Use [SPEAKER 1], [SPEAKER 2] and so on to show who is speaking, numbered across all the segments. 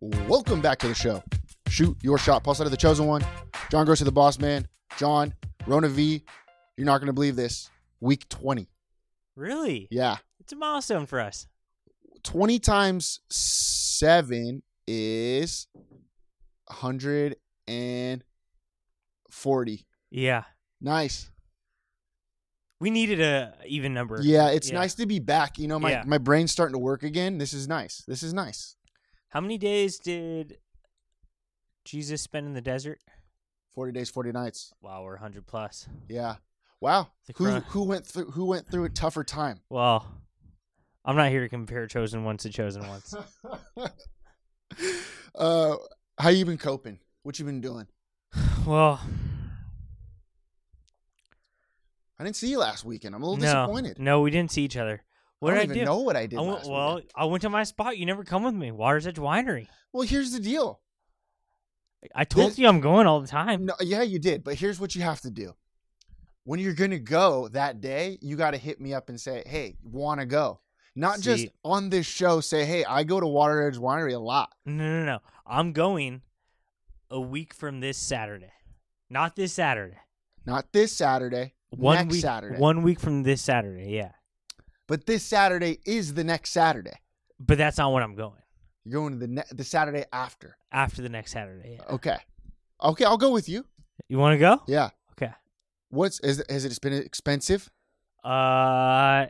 [SPEAKER 1] Welcome back to the show. Shoot Your Shot, plus out of the chosen one. John Gross to the boss man. John, Rona V, you're not going to believe this. Week 20.
[SPEAKER 2] Really?
[SPEAKER 1] Yeah.
[SPEAKER 2] It's a milestone for us.
[SPEAKER 1] 20 times 7 is 140.
[SPEAKER 2] Yeah.
[SPEAKER 1] Nice.
[SPEAKER 2] We needed a even number.
[SPEAKER 1] Yeah, it's nice to be back. You know, my,
[SPEAKER 2] Yeah.
[SPEAKER 1] my brain's starting to work again. This is nice. This is nice.
[SPEAKER 2] How many days did Jesus spend in the desert?
[SPEAKER 1] 40 days, 40 nights.
[SPEAKER 2] Wow, we're 100 plus.
[SPEAKER 1] Yeah. Wow.
[SPEAKER 2] It's like
[SPEAKER 1] Who
[SPEAKER 2] we're-
[SPEAKER 1] who went through who went through a tougher time?
[SPEAKER 2] Well, I'm not here to compare chosen ones to chosen ones.
[SPEAKER 1] uh how you been coping? What you been doing?
[SPEAKER 2] well,
[SPEAKER 1] I didn't see you last weekend. I'm a little
[SPEAKER 2] no,
[SPEAKER 1] disappointed.
[SPEAKER 2] No, we didn't see each other. What
[SPEAKER 1] I don't
[SPEAKER 2] did
[SPEAKER 1] even
[SPEAKER 2] I do?
[SPEAKER 1] know what I did
[SPEAKER 2] I went,
[SPEAKER 1] last
[SPEAKER 2] well,
[SPEAKER 1] weekend.
[SPEAKER 2] I went to my spot. You never come with me. Water's Edge Winery.
[SPEAKER 1] Well, here's the deal.
[SPEAKER 2] I told
[SPEAKER 1] This-
[SPEAKER 2] you I'm going all the time.
[SPEAKER 1] No, yeah, you did, but here's what you have to do. When you're gonna go that day, you gotta hit me up and say, Hey, wanna go. Not just
[SPEAKER 2] See-
[SPEAKER 1] on this show, say, Hey, I go to Water Edge Winery a lot.
[SPEAKER 2] No, no, no. I'm going a week from this Saturday. Not this Saturday.
[SPEAKER 1] Not this Saturday.
[SPEAKER 2] One
[SPEAKER 1] next
[SPEAKER 2] week,
[SPEAKER 1] Saturday.
[SPEAKER 2] One week from this Saturday, yeah.
[SPEAKER 1] But this Saturday is the next Saturday.
[SPEAKER 2] But that's not when I'm going.
[SPEAKER 1] You're going to the ne- the Saturday after.
[SPEAKER 2] After the next Saturday, yeah.
[SPEAKER 1] Okay. Okay, I'll go with you.
[SPEAKER 2] You want to go?
[SPEAKER 1] Yeah.
[SPEAKER 2] Okay.
[SPEAKER 1] What's is has it been expensive?
[SPEAKER 2] Uh,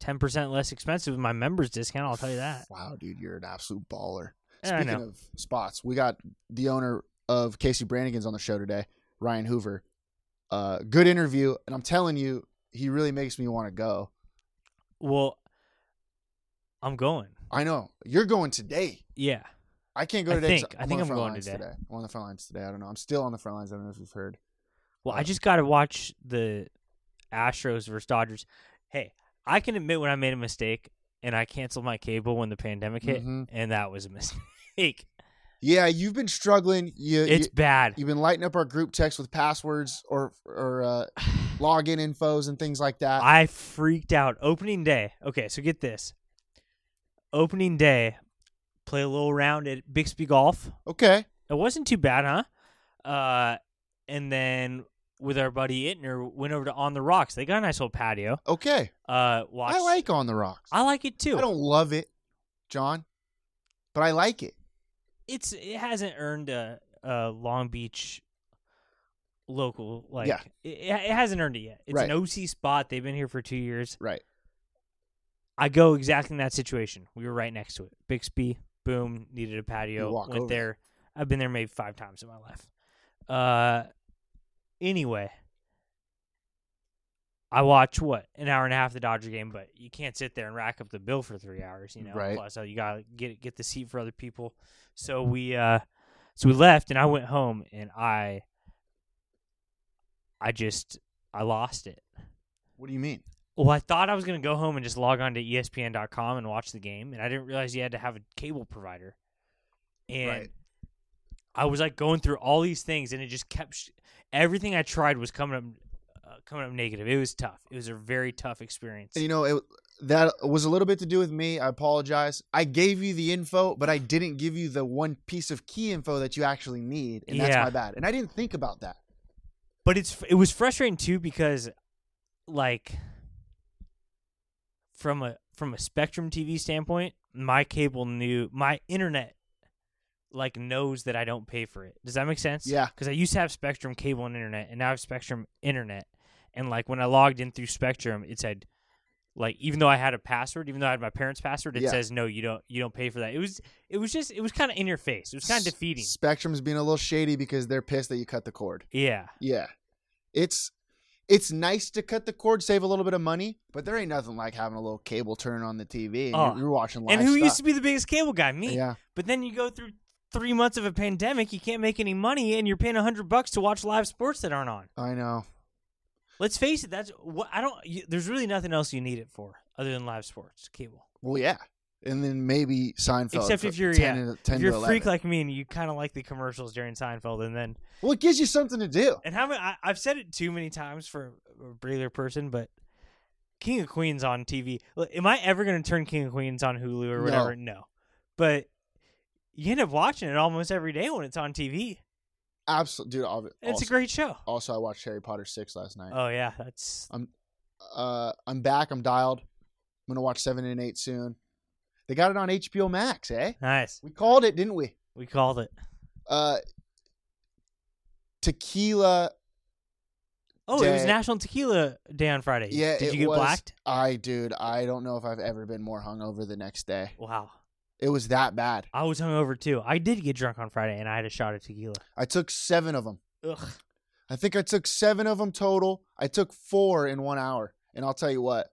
[SPEAKER 2] ten percent less expensive with my members discount. I'll tell you that.
[SPEAKER 1] Wow, dude, you're an absolute baller.
[SPEAKER 2] Yeah, I
[SPEAKER 1] Speaking
[SPEAKER 2] know.
[SPEAKER 1] of spots, we got the owner of Casey Brannigan's on the show today, Ryan Hoover. Uh, good interview, and I'm telling you, he really makes me want to go.
[SPEAKER 2] Well, I'm going.
[SPEAKER 1] I know you're going today.
[SPEAKER 2] Yeah.
[SPEAKER 1] I can't go
[SPEAKER 2] I
[SPEAKER 1] today. 'cause
[SPEAKER 2] think- I think
[SPEAKER 1] on the
[SPEAKER 2] I'm
[SPEAKER 1] front
[SPEAKER 2] going
[SPEAKER 1] lines
[SPEAKER 2] today.
[SPEAKER 1] I'm on the front lines today. I don't know. I'm still on the front lines. I don't know if you've heard.
[SPEAKER 2] Well, I just got to watch the Astros versus Dodgers. Hey, I can admit when I made a mistake and I canceled my cable when the pandemic hit,
[SPEAKER 1] Mhm.
[SPEAKER 2] and that was a mistake.
[SPEAKER 1] Yeah, you've been struggling. You,
[SPEAKER 2] It's
[SPEAKER 1] you,
[SPEAKER 2] bad.
[SPEAKER 1] you've been lighting up our group text with passwords or or uh, login infos and things like that.
[SPEAKER 2] I freaked out. Opening day. Okay, so get this. Opening day, play a little round at Bixby Golf.
[SPEAKER 1] okay,
[SPEAKER 2] It wasn't too bad, huh? Uh, and then with our buddy Itner, went over to On the Rocks. They got a nice little patio.
[SPEAKER 1] okay.
[SPEAKER 2] Uh, watched,
[SPEAKER 1] I like on the rocks.
[SPEAKER 2] I like it too.
[SPEAKER 1] I don't love it, John, but I like it.
[SPEAKER 2] It's it hasn't earned a, a Long Beach local like
[SPEAKER 1] Yeah.
[SPEAKER 2] it, it hasn't earned it yet. It's
[SPEAKER 1] Right.
[SPEAKER 2] an OC spot. They've been here for two years.
[SPEAKER 1] Right.
[SPEAKER 2] I go exactly in that situation. We were right next to it. Bixby, boom, needed a patio.
[SPEAKER 1] You walk
[SPEAKER 2] went
[SPEAKER 1] over.
[SPEAKER 2] there. I've been there maybe five times in my life. Uh, anyway, I watch what an hour and a half of the Dodger game, but you can't sit there and rack up the bill for three hours, you know.
[SPEAKER 1] Right.
[SPEAKER 2] Plus, uh, you gotta get get the seat for other people. So we uh, so we left, and I went home, and I, I just I lost it.
[SPEAKER 1] What do you mean?
[SPEAKER 2] Well, I thought I was going to go home and just log on to E ESPN.com and watch the game, and I didn't realize you had to have a cable provider. And
[SPEAKER 1] Right.
[SPEAKER 2] I was like going through all these things, and it just kept sh- everything I tried was coming up, uh, coming up negative. It was tough. It was a very tough experience.
[SPEAKER 1] You know, it, that was a little bit to do with me. I apologize. I gave you the info, but I didn't give you the one piece of key info that you actually need, and that's
[SPEAKER 2] Yeah.
[SPEAKER 1] my bad. And I didn't think about that.
[SPEAKER 2] but it's it was frustrating too because like from a from a spectrum tv standpoint my cable knew my internet like knows that I don't pay for it. Does that make sense?
[SPEAKER 1] Yeah.
[SPEAKER 2] Because I used to have Spectrum cable and internet, and now I have Spectrum internet. And like when I logged in through Spectrum, it said like even though I had a password, even though I had my parents' password, it
[SPEAKER 1] Yeah.
[SPEAKER 2] says no, you don't you don't pay for that. It was it was just it was kind of in your face. It was kind of defeating.
[SPEAKER 1] Spectrum's being a little shady because they're pissed that you cut the cord.
[SPEAKER 2] Yeah.
[SPEAKER 1] Yeah. It's it's nice to cut the cord, save a little bit of money, but there ain't nothing like having a little cable turn on the TV and
[SPEAKER 2] Oh.
[SPEAKER 1] you're, you're watching live
[SPEAKER 2] And who
[SPEAKER 1] stuff.
[SPEAKER 2] used to be the biggest cable guy? Me.
[SPEAKER 1] Yeah.
[SPEAKER 2] But then you go through three months of a pandemic, you can't make any money, and you're paying hundred bucks to watch live sports that aren't on.
[SPEAKER 1] I know.
[SPEAKER 2] Let's face it, that's what I don't. You, there's really nothing else you need it for other than live sports cable.
[SPEAKER 1] Well, yeah. And then maybe Seinfeld.
[SPEAKER 2] Except
[SPEAKER 1] for
[SPEAKER 2] if you're
[SPEAKER 1] 10
[SPEAKER 2] yeah,
[SPEAKER 1] to, 10
[SPEAKER 2] if you're
[SPEAKER 1] to
[SPEAKER 2] a freak
[SPEAKER 1] 11.
[SPEAKER 2] like me and you kind of like the commercials during Seinfeld, and then
[SPEAKER 1] well, it gives you something to do.
[SPEAKER 2] and how many, I, I've said it too many times for a regular person, but King of Queens on TV. Look, Am I ever going to turn King of Queens on Hulu or
[SPEAKER 1] No.
[SPEAKER 2] whatever? No. but you end up watching it almost every day when it's on TV.
[SPEAKER 1] Absolutely, dude. All of it.
[SPEAKER 2] And it's
[SPEAKER 1] also,
[SPEAKER 2] a great show.
[SPEAKER 1] Also, I watched Harry Potter six last night.
[SPEAKER 2] Oh yeah, that's
[SPEAKER 1] uh, I'm back. I'm dialed. I'm gonna watch seven and eight soon. They got it on HBO Max, eh?
[SPEAKER 2] nice.
[SPEAKER 1] We called it, didn't we?
[SPEAKER 2] We called it.
[SPEAKER 1] Uh, tequila.
[SPEAKER 2] Oh, it was
[SPEAKER 1] Day.
[SPEAKER 2] National Tequila Day on Friday.
[SPEAKER 1] Yeah,
[SPEAKER 2] did
[SPEAKER 1] it
[SPEAKER 2] you get
[SPEAKER 1] was-
[SPEAKER 2] blacked?
[SPEAKER 1] I, dude, I don't know if I've ever been more hungover the next day.
[SPEAKER 2] Wow.
[SPEAKER 1] It was that bad.
[SPEAKER 2] I was hungover too. I did get drunk on Friday and I had a shot of tequila.
[SPEAKER 1] I took seven of them.
[SPEAKER 2] Ugh.
[SPEAKER 1] I think I took seven of them total. I took four in one hour, and I'll tell you what.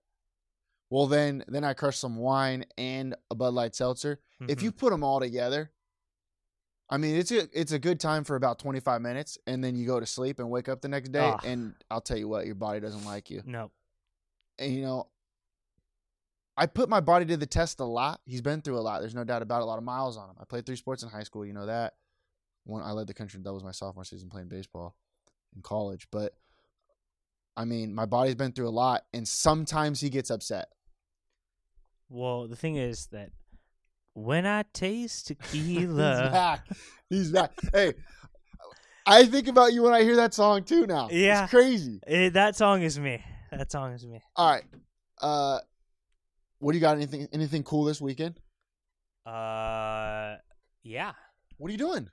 [SPEAKER 1] Well, then, then I crushed some wine and a Bud Light seltzer. If
[SPEAKER 2] Mhm.
[SPEAKER 1] you put them all together, I mean, it's a it's a good time for about twenty five minutes, and then you go to sleep and wake up the next day,
[SPEAKER 2] Ah.
[SPEAKER 1] and I'll tell you what, your body doesn't like you.
[SPEAKER 2] No.
[SPEAKER 1] And you know, I put my body to the test a lot. He's been through a lot. There's no doubt about it, a lot of miles on him. I played three sports in high school. You know that. One, I led the country. That was my sophomore season playing baseball in college. But I mean, my body's been through a lot, and sometimes he gets upset.
[SPEAKER 2] Well, the thing is that when I taste
[SPEAKER 1] He's
[SPEAKER 2] tequila,
[SPEAKER 1] back. He's back. hey, I think about you when I hear that song too. Now,
[SPEAKER 2] Yeah.
[SPEAKER 1] it's crazy.
[SPEAKER 2] Eh, that song is me. That song is me.
[SPEAKER 1] All right, uh, what do you got? Anything? Anything cool this weekend?
[SPEAKER 2] Uh, yeah.
[SPEAKER 1] What are you doing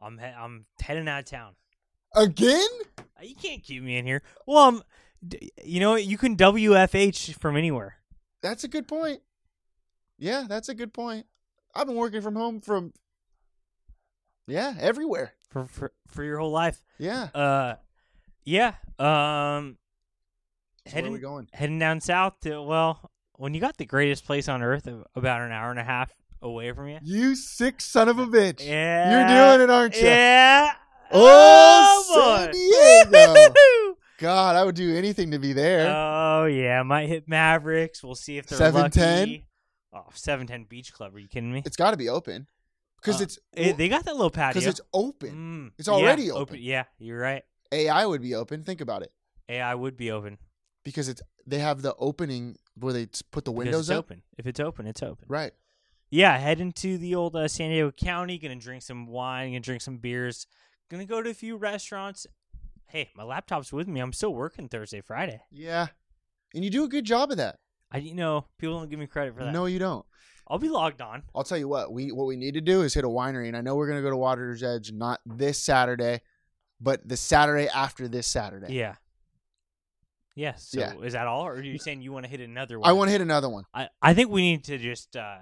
[SPEAKER 2] I'm he- I'm heading out of town.
[SPEAKER 1] again?
[SPEAKER 2] Uh, You can't keep me in here. Well, I'm. d- You know what? You can WFH from anywhere.
[SPEAKER 1] That's a good point. Yeah, that's a good point. I've been working from home from yeah everywhere.
[SPEAKER 2] For, for for your whole life,
[SPEAKER 1] Yeah,
[SPEAKER 2] uh, yeah.
[SPEAKER 1] So
[SPEAKER 2] Um,
[SPEAKER 1] where are we
[SPEAKER 2] heading-
[SPEAKER 1] going?
[SPEAKER 2] heading down south to well when you got the greatest place on earth of about an hour and a half away from you
[SPEAKER 1] You sick son of a bitch!
[SPEAKER 2] yeah
[SPEAKER 1] you're doing it, aren't you?
[SPEAKER 2] yeah
[SPEAKER 1] Oh, San
[SPEAKER 2] boy.
[SPEAKER 1] Diego.
[SPEAKER 2] Woo-hoo-hoo.
[SPEAKER 1] God, I would do anything to be there.
[SPEAKER 2] oh yeah might hit mavericks we'll see if they're
[SPEAKER 1] 710?
[SPEAKER 2] lucky. oh 710 beach club are you kidding me
[SPEAKER 1] it's got to be open because
[SPEAKER 2] Uh,
[SPEAKER 1] it's
[SPEAKER 2] Eh, they got that little patio
[SPEAKER 1] because it's open.
[SPEAKER 2] Mm,
[SPEAKER 1] It's already
[SPEAKER 2] yeah,
[SPEAKER 1] open.
[SPEAKER 2] yeah you're right
[SPEAKER 1] AI would be open. Think about it
[SPEAKER 2] ai would be open
[SPEAKER 1] because it's they have the opening where they t- put the
[SPEAKER 2] because
[SPEAKER 1] windows
[SPEAKER 2] it's
[SPEAKER 1] up.
[SPEAKER 2] open if it's open it's open
[SPEAKER 1] Right.
[SPEAKER 2] Yeah, heading to the old uh, San Diego County. Gonna drink some wine. Gonna drink some beers. Gonna go to a few restaurants. Hey, my laptop's with me. I'm still working Thursday, Friday.
[SPEAKER 1] Yeah, and you do a good job of that.
[SPEAKER 2] I, you know, people don't give me credit for that.
[SPEAKER 1] No, you don't.
[SPEAKER 2] I'll be logged on.
[SPEAKER 1] I'll tell you what, we what we need to do is hit a winery, and I know we're gonna go to Water's Edge not this Saturday, but the Saturday after this Saturday.
[SPEAKER 2] Yeah. Yeah. So
[SPEAKER 1] Yeah.
[SPEAKER 2] is that all, or are you saying you want to hit another one?
[SPEAKER 1] I want to hit another one.
[SPEAKER 2] I, I think we need to just uh,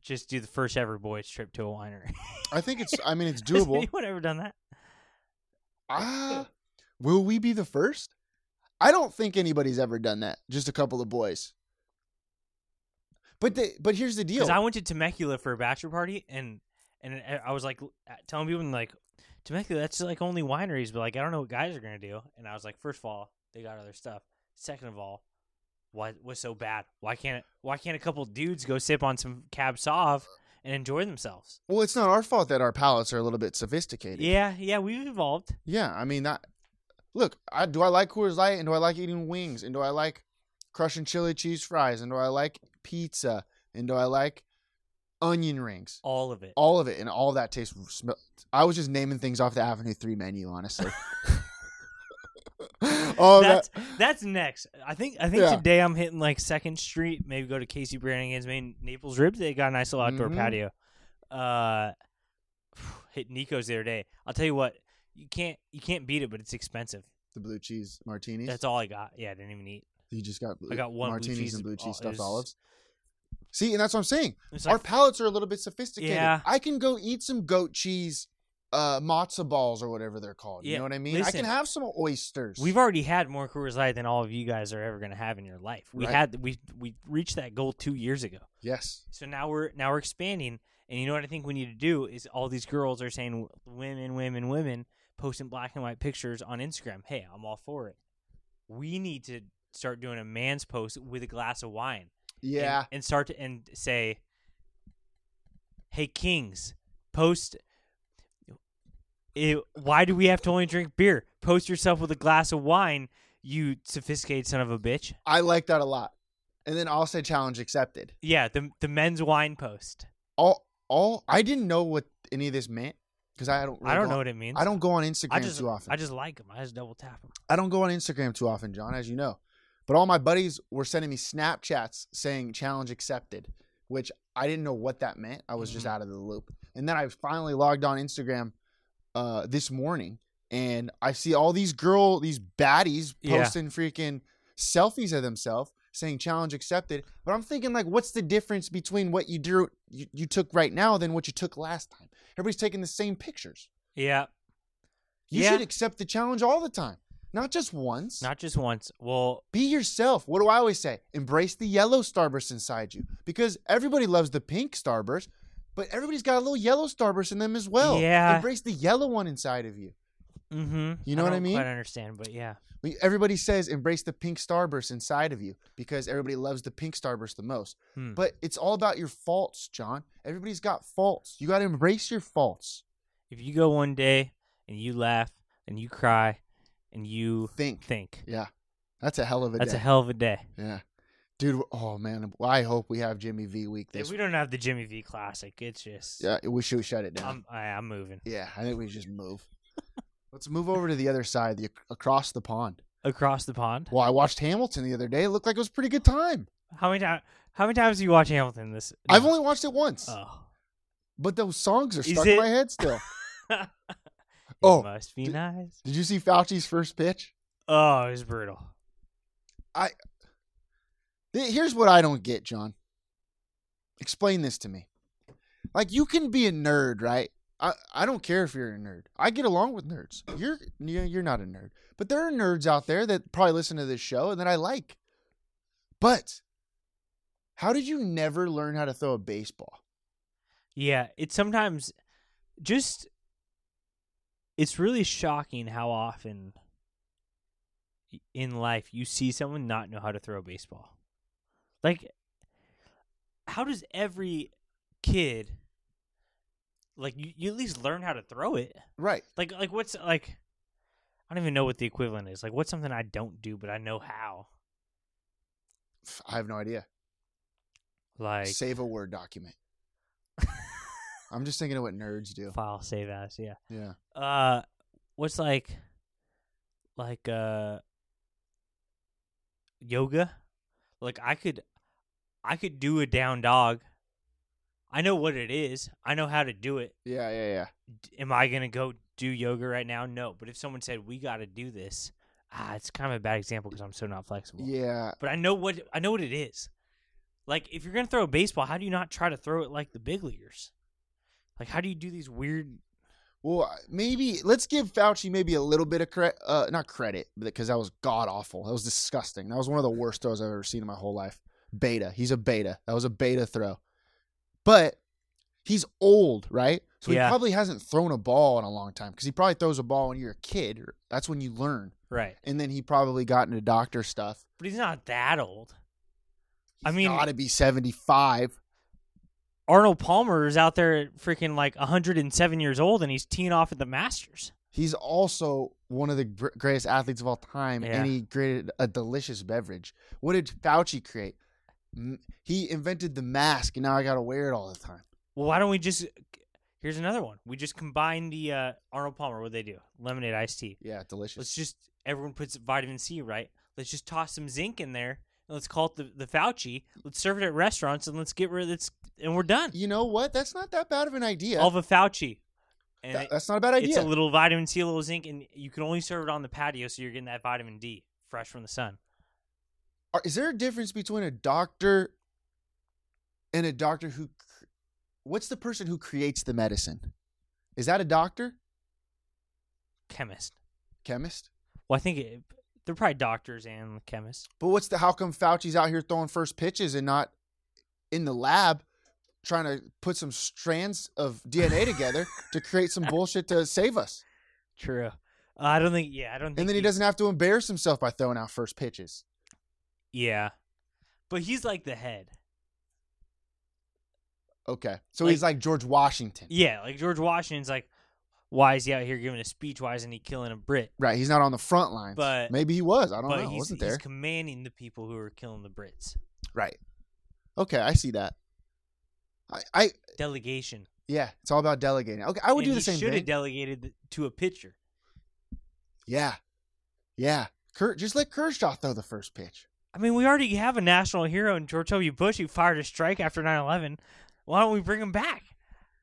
[SPEAKER 2] just do the first ever boys trip to a winery.
[SPEAKER 1] I think it's. I mean, it's
[SPEAKER 2] Has
[SPEAKER 1] doable.
[SPEAKER 2] anyone ever done that?
[SPEAKER 1] Ah, will we be the first? I don't think anybody's ever done that. Just a couple of boys. But the, but here's the deal.
[SPEAKER 2] Because I went to Temecula for a bachelor party, and and I- I was like l- uh, telling people, and like Temecula, that's like only wineries, but like I don't know what guys are gonna do. And I was like, first of all, they got other stuff. Second of all, what was so bad? Why can't why can't a couple dudes go sip on some cab sauv and enjoy themselves?
[SPEAKER 1] well, it's not our fault that our palates are a little bit sophisticated.
[SPEAKER 2] Yeah, yeah, we've evolved.
[SPEAKER 1] Yeah, I mean that. Look, I do I like Coors Light, and do I like eating wings, and do I like crushing chili cheese fries, and do I like pizza, and do I like onion rings?
[SPEAKER 2] All of it.
[SPEAKER 1] All of it, and all that tastes. Sm- I was just naming things off the Avenue Three menu, honestly. I Oh,
[SPEAKER 2] that's
[SPEAKER 1] that-
[SPEAKER 2] that's next. I think I think
[SPEAKER 1] Yeah.
[SPEAKER 2] today I'm hitting like Second Street. Maybe go to Casey Brannigan's main Naples Ribs. They got a nice little outdoor
[SPEAKER 1] Mhm.
[SPEAKER 2] patio. Uh, hit Nico's the other day. I'll tell you what, you can't you can't beat it, but it's expensive.
[SPEAKER 1] the blue cheese martinis.
[SPEAKER 2] That's all I got. Yeah, I didn't even eat.
[SPEAKER 1] you just got. Blue,
[SPEAKER 2] I got one blue
[SPEAKER 1] martinis
[SPEAKER 2] cheese
[SPEAKER 1] and blue
[SPEAKER 2] all-
[SPEAKER 1] cheese stuffed
[SPEAKER 2] is-
[SPEAKER 1] olives. See, and that's what I'm saying.
[SPEAKER 2] It's
[SPEAKER 1] Our
[SPEAKER 2] like
[SPEAKER 1] palates are a little bit sophisticated.
[SPEAKER 2] Yeah.
[SPEAKER 1] I can go eat some goat cheese, uh, matzo balls or whatever they're called. You
[SPEAKER 2] Yeah,
[SPEAKER 1] know what I mean? I
[SPEAKER 2] listen.
[SPEAKER 1] can have some oysters.
[SPEAKER 2] We've already had more Coors Light than all of you guys are ever going to have in your life. We
[SPEAKER 1] Right.
[SPEAKER 2] had we we reached that goal two years ago.
[SPEAKER 1] yes,
[SPEAKER 2] So now we're now we're expanding, and you know what I think we need to do is all these girls are saying women, women, women, posting black and white pictures on Instagram. Hey, I'm all for it. We need to start doing a man's post with a glass of wine. and-
[SPEAKER 1] yeah.
[SPEAKER 2] and, start to and say, "Hey Kings, post. Eh, why do we have to only drink beer? Post yourself with a glass of wine, you sophisticated son of a bitch."
[SPEAKER 1] I like that a lot. And then I'll say challenge accepted.
[SPEAKER 2] Yeah, the the men's wine post.
[SPEAKER 1] All, all. I didn't know what any of this meant because I don't. really
[SPEAKER 2] I don't
[SPEAKER 1] go
[SPEAKER 2] know
[SPEAKER 1] on-
[SPEAKER 2] what it means.
[SPEAKER 1] I don't go on Instagram
[SPEAKER 2] I just
[SPEAKER 1] too often.
[SPEAKER 2] I just like them. I just double tap them.
[SPEAKER 1] I don't go on Instagram too often, John, as you know. But all my buddies were sending me Snapchats saying challenge accepted, which I didn't know what that meant. I was just
[SPEAKER 2] Mhm.
[SPEAKER 1] out of the loop. And then I finally logged on Instagram uh, this morning and I see all these girl, these baddies
[SPEAKER 2] Yeah.
[SPEAKER 1] posting freaking selfies of themselves saying challenge accepted. But I'm thinking like, what's the difference between what you drew, you, you took right now than what you took last time? Everybody's taking the same pictures.
[SPEAKER 2] Yeah,
[SPEAKER 1] You
[SPEAKER 2] Yeah.
[SPEAKER 1] should accept the challenge all the time, not just once.
[SPEAKER 2] not just once. Well,
[SPEAKER 1] Be yourself. What do I always say? Embrace the yellow starburst inside you because everybody loves the pink starburst, but everybody's got a little yellow starburst in them as well.
[SPEAKER 2] Yeah.
[SPEAKER 1] Embrace the yellow one inside of you.
[SPEAKER 2] mm-hmm.
[SPEAKER 1] You know what I
[SPEAKER 2] don't
[SPEAKER 1] mean?
[SPEAKER 2] Quite understand, but yeah,
[SPEAKER 1] We- Everybody says embrace the pink starburst inside of you because everybody loves the pink starburst the most.
[SPEAKER 2] Hmm.
[SPEAKER 1] But it's all about your faults, John. Everybody's got faults. You got to embrace your faults.
[SPEAKER 2] if you go one day and you laugh and you cry and you
[SPEAKER 1] Think.
[SPEAKER 2] think,
[SPEAKER 1] Yeah. That's a hell of a
[SPEAKER 2] that's
[SPEAKER 1] day.
[SPEAKER 2] a hell of a day.
[SPEAKER 1] yeah. Dude, oh man, well, I hope we have Jimmy V week
[SPEAKER 2] If
[SPEAKER 1] this
[SPEAKER 2] we don't have the Jimmy V Classic, it's just
[SPEAKER 1] Yeah, we should shut it down.
[SPEAKER 2] I'm I, I'm moving
[SPEAKER 1] Yeah, I think we just move. Let's move over to the other side, the across the pond.
[SPEAKER 2] across the pond.
[SPEAKER 1] Well, I watched Hamilton the other day. It looked like it was a pretty good time.
[SPEAKER 2] How many times? How many times do you watch Hamilton? This
[SPEAKER 1] I've only watched it once,
[SPEAKER 2] Oh,
[SPEAKER 1] but those songs are
[SPEAKER 2] Is
[SPEAKER 1] stuck in
[SPEAKER 2] it-
[SPEAKER 1] my head still.
[SPEAKER 2] It
[SPEAKER 1] Oh,
[SPEAKER 2] must be
[SPEAKER 1] did-
[SPEAKER 2] nice.
[SPEAKER 1] Did you see Fauci's first pitch?
[SPEAKER 2] Oh, it was brutal.
[SPEAKER 1] Th- Here's what I don't get, John. Explain this to me. Like you can be a nerd, right? I, I don't care if you're a nerd. I get along with nerds. You're you- you're not a nerd, but there are nerds out there that probably listen to this show and that I like. But how did you never learn how to throw a baseball?
[SPEAKER 2] Yeah, it's sometimes just it's really shocking how often y- in life you see someone not know how to throw a baseball. Like how does every kid like you, you at least learn how to throw it?
[SPEAKER 1] Right.
[SPEAKER 2] Like like what's like I don't even know what the equivalent is. Like what's something I don't do but I know how?
[SPEAKER 1] F- I have no idea.
[SPEAKER 2] Like
[SPEAKER 1] Save a Word document. I'm just thinking of what nerds do.
[SPEAKER 2] file save as, yeah.
[SPEAKER 1] Yeah.
[SPEAKER 2] uh what's like like uh yoga like i could i could do a down dog i know what it is i know how to do it
[SPEAKER 1] Yeah, yeah, yeah.
[SPEAKER 2] D- am i gonna go do yoga right now no but if someone said we gotta do this ah it's kind of a bad example because i'm so not flexible
[SPEAKER 1] Yeah.
[SPEAKER 2] but i know what i know what it is like if you're gonna throw a baseball how do you not try to throw it like the big leaguers like how do you do these weird
[SPEAKER 1] Well, maybe let's give Fauci maybe a little bit of credit, uh, not credit, because that was god awful. That was disgusting. That was one of the worst throws I've ever seen in my whole life. Beta. He's a beta. That was a beta throw. But he's old, right? So he
[SPEAKER 2] Yeah.
[SPEAKER 1] probably hasn't thrown a ball in a long time because he probably throws a ball when you're a kid. Or that's when you learn.
[SPEAKER 2] right
[SPEAKER 1] And then he probably got into doctor stuff.
[SPEAKER 2] But he's not that old. I mean,
[SPEAKER 1] got to be 75.
[SPEAKER 2] Arnold Palmer is out there at freaking like 107 years old and he's teeing off at the Masters.
[SPEAKER 1] He's also one of the gr- greatest athletes of all time,
[SPEAKER 2] Yeah.
[SPEAKER 1] and he created a delicious beverage. What did Fauci create? M- He invented the mask, and now I gotta wear it all the time.
[SPEAKER 2] Well, why don't we just Here's another one. We just combine the uh, Arnold Palmer. What they do? Lemonade iced tea.
[SPEAKER 1] Yeah, delicious.
[SPEAKER 2] Let's just everyone puts vitamin C, right? Let's just toss some zinc in there. And let's call it the, the Fauci. Let's serve it at restaurants and let's get rid of this. And we're done.
[SPEAKER 1] you know what? That's not that bad of an idea.
[SPEAKER 2] All the Fauci. And
[SPEAKER 1] That-
[SPEAKER 2] it-
[SPEAKER 1] that's not a bad
[SPEAKER 2] it's
[SPEAKER 1] idea.
[SPEAKER 2] a little vitamin C, a little zinc, and you can only serve it on the patio, so you're getting that vitamin D fresh from the sun.
[SPEAKER 1] Are- is there a difference between a doctor and a doctor who? cr- What's the person who creates the medicine? Is that a doctor,
[SPEAKER 2] Chemist.
[SPEAKER 1] chemist?
[SPEAKER 2] Well, I think it, they're probably doctors and chemists.
[SPEAKER 1] But what's the? How come Fauci's out here throwing first pitches and not in the lab trying to put some strands of DNA together to create some bullshit to save us?
[SPEAKER 2] True. Uh, I don't think. Yeah, I don't. Think
[SPEAKER 1] And then he doesn't have to embarrass himself by throwing out first pitches.
[SPEAKER 2] Yeah, but he's like the head.
[SPEAKER 1] Okay, so he's like George Washington,
[SPEAKER 2] Yeah, like George Washington's like, why is he out here giving a speech? Why isn't he killing a Brit?
[SPEAKER 1] right? He's not on the front lines.
[SPEAKER 2] But-
[SPEAKER 1] maybe he was. I don't
[SPEAKER 2] but
[SPEAKER 1] know. I
[SPEAKER 2] he's,
[SPEAKER 1] wasn't
[SPEAKER 2] he's
[SPEAKER 1] there. Uh,
[SPEAKER 2] commanding the people who are killing the Brits.
[SPEAKER 1] Right. Okay, I see that. I, I
[SPEAKER 2] Delegation.
[SPEAKER 1] yeah, it's all about delegating. Okay, I would
[SPEAKER 2] And
[SPEAKER 1] do the
[SPEAKER 2] he
[SPEAKER 1] same
[SPEAKER 2] Should
[SPEAKER 1] thing.
[SPEAKER 2] have delegated th- to a pitcher.
[SPEAKER 1] yeah, yeah. Kurt, just let Kershaw throw the first pitch.
[SPEAKER 2] I mean, we already have a national hero in George W. Bush who fired a strike after 9-11. Why don't we bring him back?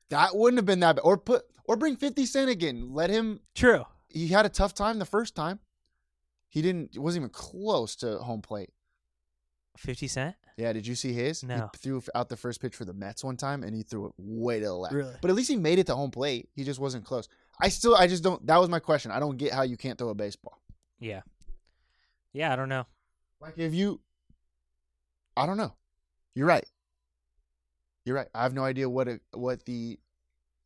[SPEAKER 1] That wouldn't have been that bad. Or put or bring Fifty Cent again. Let him.
[SPEAKER 2] True.
[SPEAKER 1] He had a tough time the first time. He didn't. wasn't even close to home plate.
[SPEAKER 2] Fifty Cent.
[SPEAKER 1] Yeah, did you see his?
[SPEAKER 2] No.
[SPEAKER 1] He threw out the first pitch for the Mets one time, and he threw it way to the left.
[SPEAKER 2] Really?
[SPEAKER 1] But at least he made it to home plate. He just wasn't close. I still, I just don't. That was my question. I don't get how you can't throw a baseball.
[SPEAKER 2] Yeah. Yeah, I don't know.
[SPEAKER 1] Like if you I don't know. You're right. You're right. I have no idea what a, what the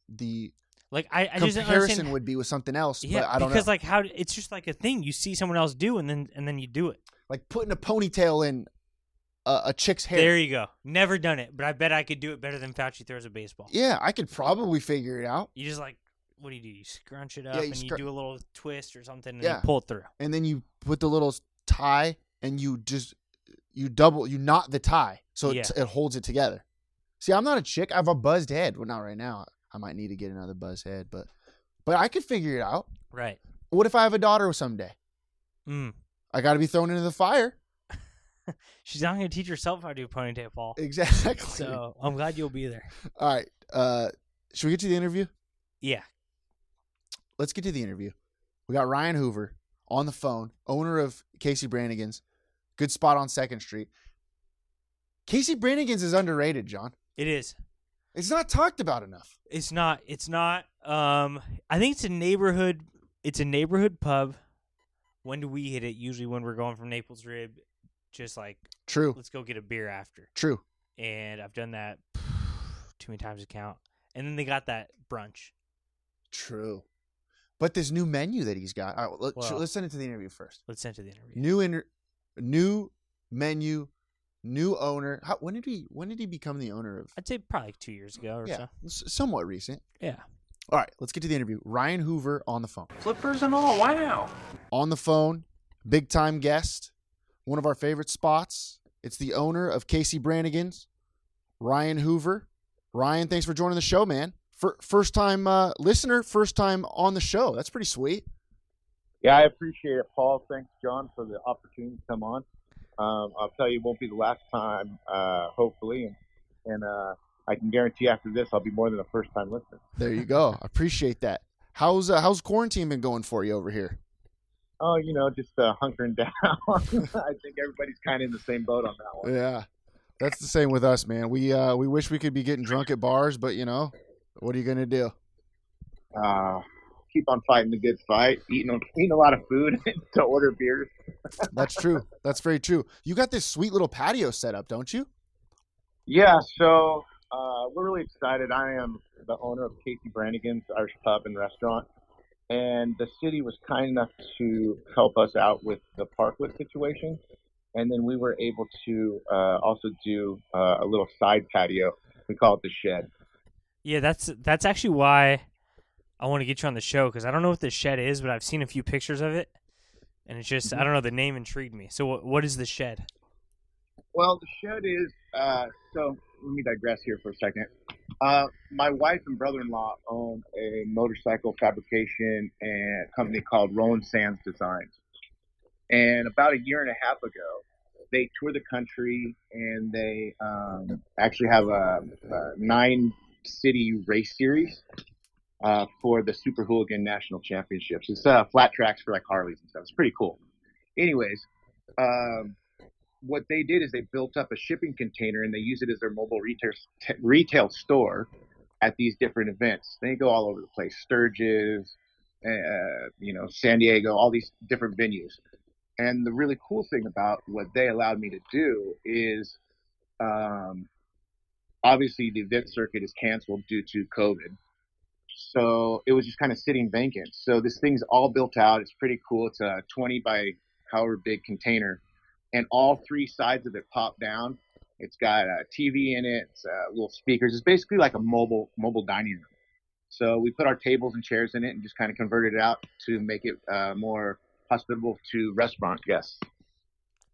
[SPEAKER 1] the
[SPEAKER 2] Like I, I just don't
[SPEAKER 1] comparison
[SPEAKER 2] understand.
[SPEAKER 1] would be with something else,
[SPEAKER 2] yeah,
[SPEAKER 1] but I don't know.
[SPEAKER 2] because
[SPEAKER 1] Like,
[SPEAKER 2] like how it's just like a thing you see someone else do and then and then you do it.
[SPEAKER 1] putting a ponytail in a, a chick's hair.
[SPEAKER 2] There you go. Never done it, but I bet I could do it better than Fauci throws a baseball.
[SPEAKER 1] yeah, I could probably figure it out.
[SPEAKER 2] You just like what do you do? You scrunch it up
[SPEAKER 1] you
[SPEAKER 2] and
[SPEAKER 1] scrun-
[SPEAKER 2] you do a little twist or something and
[SPEAKER 1] Yeah.
[SPEAKER 2] you pull it through.
[SPEAKER 1] And then you put the little tie and you just you double you knot the tie so it,
[SPEAKER 2] Yeah.
[SPEAKER 1] it holds it together. See, I'm not a chick. I have a buzzed head. Well, not right now. I might need to get another buzzed head, but but I could figure it out.
[SPEAKER 2] Right.
[SPEAKER 1] What if I have a daughter someday?
[SPEAKER 2] Mm.
[SPEAKER 1] I got to be thrown into the fire.
[SPEAKER 2] She's not going to teach herself how to do ponytail Paul.
[SPEAKER 1] Exactly.
[SPEAKER 2] So I'm glad you'll be there.
[SPEAKER 1] All right. Uh, should we get to the interview?
[SPEAKER 2] Yeah.
[SPEAKER 1] Let's get to the interview. We got Ryan Hoover on the phone, owner of Casey Brannigan's, good spot on Second Street. Casey Brannigan's is underrated, John.
[SPEAKER 2] It is.
[SPEAKER 1] It's not talked about enough.
[SPEAKER 2] It's not. It's not. Um, I think it's a neighborhood. It's a neighborhood pub. When do we hit it? Usually when we're going from Naples Rib, just like
[SPEAKER 1] True.
[SPEAKER 2] let's go get a beer after.
[SPEAKER 1] True.
[SPEAKER 2] And I've done that too many times to count. And then they got that brunch.
[SPEAKER 1] True. But this new menu that he's got. All right, let,
[SPEAKER 2] Well-
[SPEAKER 1] let's send it to the interview first.
[SPEAKER 2] Let's send to the interview.
[SPEAKER 1] New inter- new menu, new owner. How, when did he when did he become the owner of?
[SPEAKER 2] I'd say probably like two years ago or
[SPEAKER 1] Yeah,
[SPEAKER 2] so.
[SPEAKER 1] s- somewhat recent.
[SPEAKER 2] Yeah.
[SPEAKER 1] All right, let's get to the interview. Ryan Hoover on the phone.
[SPEAKER 3] Flippers and all. Wow.
[SPEAKER 1] On the phone, big time guest, one of our favorite spots. It's the owner of Casey Brannigan's, Ryan Hoover. Ryan, thanks for joining the show, man. Fir- first time uh, listener, first time on the show. That's pretty sweet.
[SPEAKER 4] Yeah, I appreciate it, Paul. Thanks, John, for the opportunity to come on. Um, I'll tell you, it won't be the last time, uh, hopefully, and and uh, I can guarantee after this, I'll be more than a first-time listener.
[SPEAKER 1] There you go. I appreciate that. How's uh, how's quarantine been going for you over here?
[SPEAKER 4] Oh, you know, just uh, hunkering down. I think everybody's kind of in the same boat on that one.
[SPEAKER 1] Yeah, that's the same with us, man. We uh, we wish we could be getting drunk at bars, but you know, what are you gonna do?
[SPEAKER 4] Uh, keep on fighting the good fight, eating eating a lot of food to order beers.
[SPEAKER 1] That's true. That's very true. You got this sweet little patio set up, don't you?
[SPEAKER 4] Yeah, so uh, we're really excited. I am the owner of Casey Brannigan's Irish Pub and Restaurant, and the city was kind enough to help us out with the parklet situation, and then we were able to uh, also do uh, a little side patio. We call it the shed.
[SPEAKER 2] Yeah, that's that's actually why I want to get you on the show because I don't know what the shed is, but I've seen a few pictures of it, and it's just I
[SPEAKER 1] Mm-hmm.
[SPEAKER 2] don't know the name intrigued me. So what what is the shed?
[SPEAKER 4] Well, the shed is uh, so let me digress here for a second. Uh, my wife and brother-in-law own a motorcycle fabrication and company called Roland Sands Designs. And about a year and a half ago, they tour the country and they um, actually have a, a nine-city race series uh, for the Super Hooligan National Championships. It's uh, flat tracks for like Harleys and stuff. It's pretty cool. Anyways, um, what they did is they built up a shipping container and they use it as their mobile retail t- retail store at these different events. They go all over the place, Sturgis, uh, you know, San Diego, all these different venues. And the really cool thing about what they allowed me to do is, um, obviously the event circuit is canceled due to COVID. So it was just kind of sitting vacant. So this thing's all built out. It's pretty cool. It's a 20 by however big container and all three sides of it pop down. It's got a TV in it, it's, uh, little speakers. It's basically like a mobile mobile dining room. So we put our tables and chairs in it and just kind of converted it out to make it uh, more hospitable to restaurant guests.